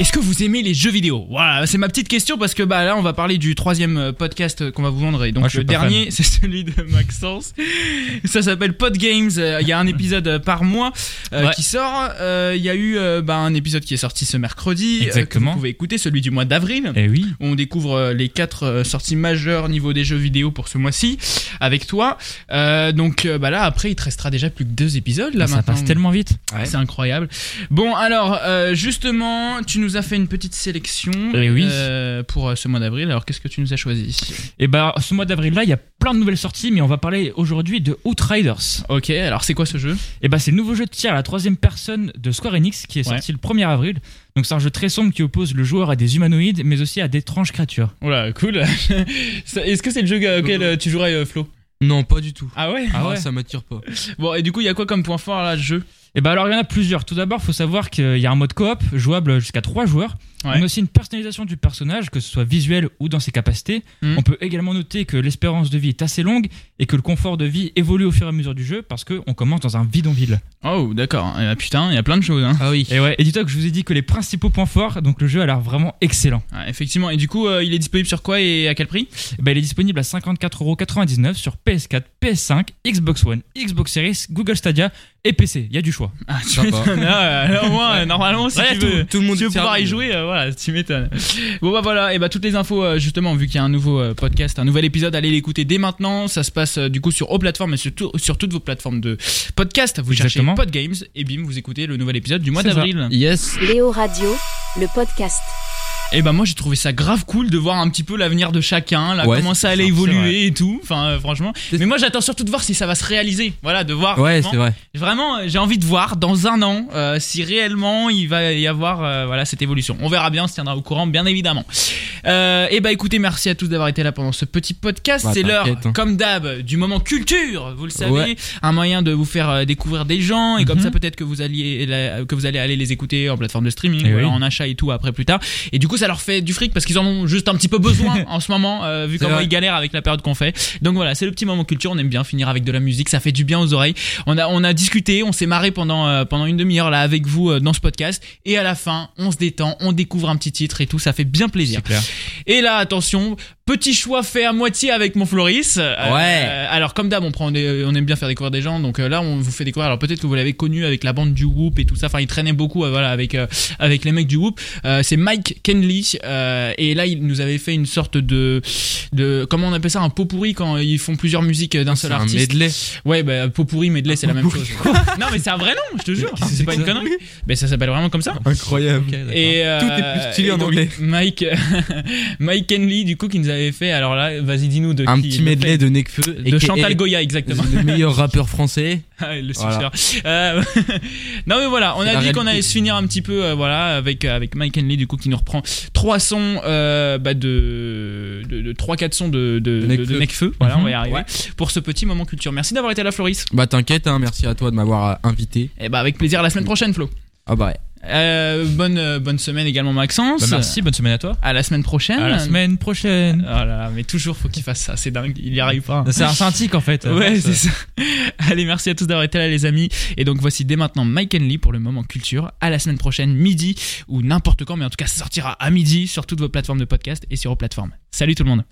[SPEAKER 2] Est-ce que vous aimez les jeux vidéo Voilà, c'est ma petite question parce que bah là on va parler du troisième euh, podcast qu'on va vous vendre et donc
[SPEAKER 3] Moi, je suis
[SPEAKER 2] le
[SPEAKER 3] pas fan.
[SPEAKER 2] dernier [LAUGHS] c'est celui de Maxence. Ça s'appelle Pod Games. Euh, Il y a un épisode euh, par mois euh,
[SPEAKER 3] Ouais.
[SPEAKER 2] qui sort. Euh, Il y a eu euh, bah, un épisode qui est sorti ce mercredi. euh, que
[SPEAKER 3] Exactement.
[SPEAKER 2] vous pouvez écouter celui du mois d'avril.
[SPEAKER 3] Eh oui.
[SPEAKER 2] On découvre euh, les quatre euh, sorties majeures niveau des jeux vidéo pour ce mois-ci avec toi. Euh, donc euh, bah là après il te restera déjà plus que deux épisodes là
[SPEAKER 3] ça
[SPEAKER 2] maintenant.
[SPEAKER 3] passe tellement vite.
[SPEAKER 2] C'est incroyable. Bon, alors, euh, justement, tu nous as fait une petite sélection
[SPEAKER 3] Eh oui.
[SPEAKER 2] euh, pour euh, ce mois d'avril. Alors, qu'est-ce que tu nous as choisi
[SPEAKER 3] Et bah ce mois d'avril là, il y a plein de nouvelles sorties, mais on va parler aujourd'hui de Outriders.
[SPEAKER 2] Ok, alors c'est quoi ce jeu
[SPEAKER 3] Et bah c'est le nouveau jeu de tir à la troisième personne de Square Enix qui est sorti le 1er avril. Donc c'est un jeu très sombre qui oppose le joueur à des humanoïdes, mais aussi à d'étranges créatures.
[SPEAKER 2] Oula, cool. [LAUGHS] Ça- Est-ce que c'est le jeu auquel euh, tu jouerais, euh, Flo
[SPEAKER 4] Non, pas du tout.
[SPEAKER 2] Ah ouais
[SPEAKER 3] Ah ouais.
[SPEAKER 4] ça m'attire pas.
[SPEAKER 2] Bon, et du coup, il y a quoi comme point fort là, le jeu
[SPEAKER 3] Et bah alors il y en a plusieurs. Tout d'abord, faut savoir qu'il y a un mode coop jouable jusqu'à 3 joueurs.
[SPEAKER 2] Ouais.
[SPEAKER 3] On a aussi une personnalisation du personnage, que ce soit visuel ou dans ses capacités.
[SPEAKER 2] Mhm.
[SPEAKER 3] On peut également noter que l'espérance de vie est assez longue et que le confort de vie évolue au fur et à mesure du jeu parce qu'on commence dans un bidonville.
[SPEAKER 2] Oh, d'accord. Eh, putain, il y a plein de choses. hein.
[SPEAKER 3] Ah oui. Et ouais, et dis-toi que je vous ai dit que les principaux points forts, donc le jeu a l'air vraiment excellent.
[SPEAKER 2] Ah, effectivement. Et du coup, euh, il est disponible sur quoi et à quel prix
[SPEAKER 3] Eh ben, il est disponible à 54,99€ sur PS4, PS5, Xbox One, Xbox Series, Google Stadia et PC. Il y a du choix.
[SPEAKER 2] Ah, tu [LAUGHS] m'étonnes. Ah, ouais, alors, moi, euh, normalement, si
[SPEAKER 3] Ouais,
[SPEAKER 2] tu
[SPEAKER 3] tout-
[SPEAKER 2] veux,
[SPEAKER 3] tout le monde
[SPEAKER 2] si tu veux
[SPEAKER 3] est servi.
[SPEAKER 2] pouvoir y jouer, euh, voilà, tu m'étonnes. Bon, bah voilà, et bah toutes les infos, euh, justement, vu qu'il y a un nouveau euh, podcast, un nouvel épisode, allez l'écouter dès maintenant. Ça se passe euh, du coup sur aux plateformes et sur, tout- sur toutes vos plateformes de podcast. Vous cherchez
[SPEAKER 3] Exactement.
[SPEAKER 2] Podgames et bim, vous écoutez le nouvel épisode du mois
[SPEAKER 3] C'est ça.
[SPEAKER 2] d'avril.
[SPEAKER 4] Yes.
[SPEAKER 1] Léo Radio, le podcast.
[SPEAKER 2] Et bah moi, j'ai trouvé ça grave cool de voir un petit peu l'avenir de chacun, là,
[SPEAKER 4] Ouais,
[SPEAKER 2] comment
[SPEAKER 4] c'est
[SPEAKER 2] ça allait
[SPEAKER 4] ça, c'est
[SPEAKER 2] évoluer
[SPEAKER 4] vrai.
[SPEAKER 2] et tout. Enfin, euh, franchement. Mais moi, j'attends surtout de voir si ça va se réaliser. Voilà, de voir.
[SPEAKER 4] Ouais,
[SPEAKER 2] vraiment-
[SPEAKER 4] c'est vrai.
[SPEAKER 2] Vraiment, euh, j'ai envie de voir dans un an euh, si réellement il va y avoir euh, voilà cette évolution. On verra bien, on se tiendra au courant, bien évidemment. Euh, et bah écoutez, merci à tous d'avoir été là pendant ce petit podcast.
[SPEAKER 4] Bah,
[SPEAKER 2] C'est l'heure,
[SPEAKER 4] t'inquiète, hein.
[SPEAKER 2] comme d'hab, du moment culture. Vous le savez,
[SPEAKER 4] Ouais.
[SPEAKER 2] un moyen de vous faire euh, découvrir des gens et comme
[SPEAKER 3] Mhm.
[SPEAKER 2] ça peut-être que vous alliez la- que vous allez aller les écouter en plateforme de streaming,
[SPEAKER 3] Eh
[SPEAKER 2] ou
[SPEAKER 3] oui.
[SPEAKER 2] alors en achat et tout après plus tard. Et du coup, ça ça leur fait du fric parce qu'ils en ont juste un petit peu
[SPEAKER 3] [LAUGHS]
[SPEAKER 2] besoin en ce moment, euh, vu
[SPEAKER 3] C'est
[SPEAKER 2] comment
[SPEAKER 3] vrai.
[SPEAKER 2] ils galèrent avec la période qu'on fait. Donc voilà, c'est le petit moment culture. On aime bien finir avec de la musique, ça fait du bien aux oreilles. On a, on a discuté, on s'est marré pendant, euh, pendant une demi-heure là avec vous euh, dans ce podcast. Et à la fin, on se détend, on découvre un petit titre et tout, ça fait bien plaisir. Et là, attention, petit choix fait à moitié avec mon Floris. Euh,
[SPEAKER 14] Ouais.
[SPEAKER 2] euh, alors comme d'hab, on prend, des- on aime bien faire découvrir des gens. Donc euh, là, on vous fait découvrir. Alors peut-être que vous l'avez connu avec la bande du Whoop et tout ça. Enfin, il traînait beaucoup, euh, voilà, avec euh, avec les mecs du Whoop. Euh, c'est Mike Kenley. euh, et là, il nous avait fait une sorte de de comment on appelle ça un pot pourri quand ils font plusieurs musiques d'un seul
[SPEAKER 4] un
[SPEAKER 2] artiste.
[SPEAKER 4] medley.
[SPEAKER 2] Ouais, bah pot pourri medley, c'est la même chose. non, mais c'est un vrai nom, je te jure. C'est pas une connerie. Mais ça s'appelle vraiment comme ça.
[SPEAKER 4] Incroyable.
[SPEAKER 2] Et euh,
[SPEAKER 4] Tout est plus stylé
[SPEAKER 2] et
[SPEAKER 4] en
[SPEAKER 2] donc,
[SPEAKER 4] anglais.
[SPEAKER 2] Mike, [LAUGHS] Mike Henley, du coup, qui nous avait fait. Alors là, vas-y, dis-nous de
[SPEAKER 4] Un
[SPEAKER 2] qui
[SPEAKER 4] petit
[SPEAKER 2] le
[SPEAKER 4] medley
[SPEAKER 2] fait.
[SPEAKER 4] de Nekfeu.
[SPEAKER 2] de Chantal
[SPEAKER 4] [LAUGHS]
[SPEAKER 2] Goya, exactement.
[SPEAKER 4] Le meilleur rappeur français.
[SPEAKER 2] Ah, le
[SPEAKER 4] Voilà.
[SPEAKER 2] suceur. Euh, [LAUGHS] non mais voilà, on
[SPEAKER 4] C'est
[SPEAKER 2] a
[SPEAKER 4] la
[SPEAKER 2] dit qu'on
[SPEAKER 4] réalité.
[SPEAKER 2] allait se finir un petit peu, euh, voilà, avec euh, avec Mike Henley du coup qui nous reprend trois sons euh, bah, de de de- trois quatre sons de de de,
[SPEAKER 4] Nekfeu.
[SPEAKER 2] de Nekfeu. Voilà, on va y
[SPEAKER 4] Mhm.
[SPEAKER 2] arriver
[SPEAKER 4] Ouais.
[SPEAKER 2] pour ce petit moment culture. Merci d'avoir été là, Floris.
[SPEAKER 4] Bah t'inquiète, hein, merci à toi de m'avoir euh, invité.
[SPEAKER 2] Et bah avec plaisir la semaine prochaine, Flo.
[SPEAKER 4] Ah bah ouais.
[SPEAKER 2] Euh, bonne euh, bonne semaine également Maxence.
[SPEAKER 3] Bah, merci, bonne semaine à toi.
[SPEAKER 2] À la semaine prochaine.
[SPEAKER 3] À la semaine prochaine.
[SPEAKER 2] Oh là là, mais toujours faut qu'il fasse ça, c'est dingue, il y arrive pas. hein.
[SPEAKER 3] C'est un synthique en fait.
[SPEAKER 2] Ouais,
[SPEAKER 3] Ça-
[SPEAKER 2] c'est ça. Allez, merci à tous d'avoir été là, les amis. Et donc, voici dès maintenant Mike Henley pour le moment culture. À la semaine prochaine, midi ou n'importe quand, mais en tout cas, ça sortira à midi sur toutes vos plateformes de podcast et sur vos plateformes. Salut tout le monde.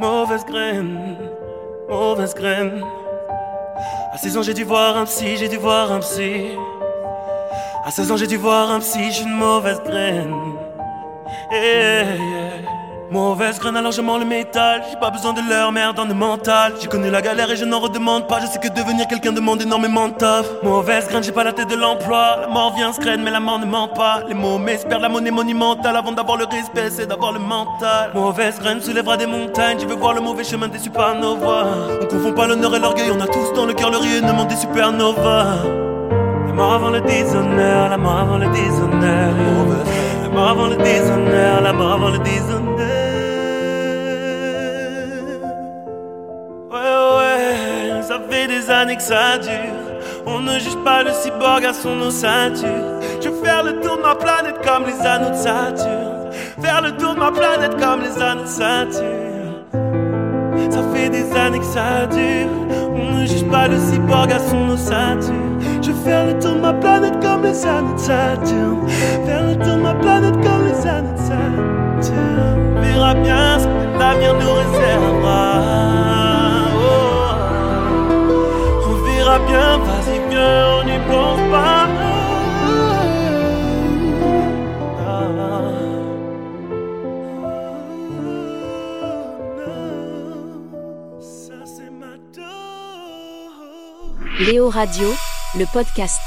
[SPEAKER 10] Mauvaise graine, mauvaise graine. À 16 ans, j'ai dû voir un psy, j'ai dû voir un psy. À 16 ans, j'ai dû voir un psy, j'ai une mauvaise graine. Eh, eh. Mauvaise graine, alors je mens le métal. J'ai pas besoin de leur merde dans le mental. J'ai connu la galère et je n'en redemande pas. Je sais que devenir quelqu'un demande énormément de taf. Mauvaise graine, j'ai pas la tête de l'emploi. La mort vient se graine, mais la mort ne ment pas. Les mots m'espèrent, la monnaie monumentale. Avant d'avoir le respect, c'est d'avoir le mental. Mauvaise graine soulèvera des montagnes. Je veux voir le mauvais chemin des supernovas. On confond pas l'honneur et l'orgueil. On a tous dans le cœur le réunion des supernovas. La mort avant le déshonneur, la mort avant le déshonneur. La mort avant le déshonneur, la mort avant le déshonneur. Ouais, ouais, ça fait des années que ça dure. On ne juge pas le cyborg à son ossature. Je vais faire le tour de ma planète comme les anneaux de Saturne. Faire le tour de ma planète comme les anneaux de Saturne. Ça fait des années que ça dure. On ne juge pas le cyborg à son ossature. Je vais faire le tour de ma planète comme les anneaux de Saturne. Faire le tour de ma planète comme les anneaux de Saturne. On verra bien ce que l'avenir nous réservera. Oh. On verra bien, vas-y, viens, on n'y pense pas. Ah.
[SPEAKER 1] Léo Radio, le podcast.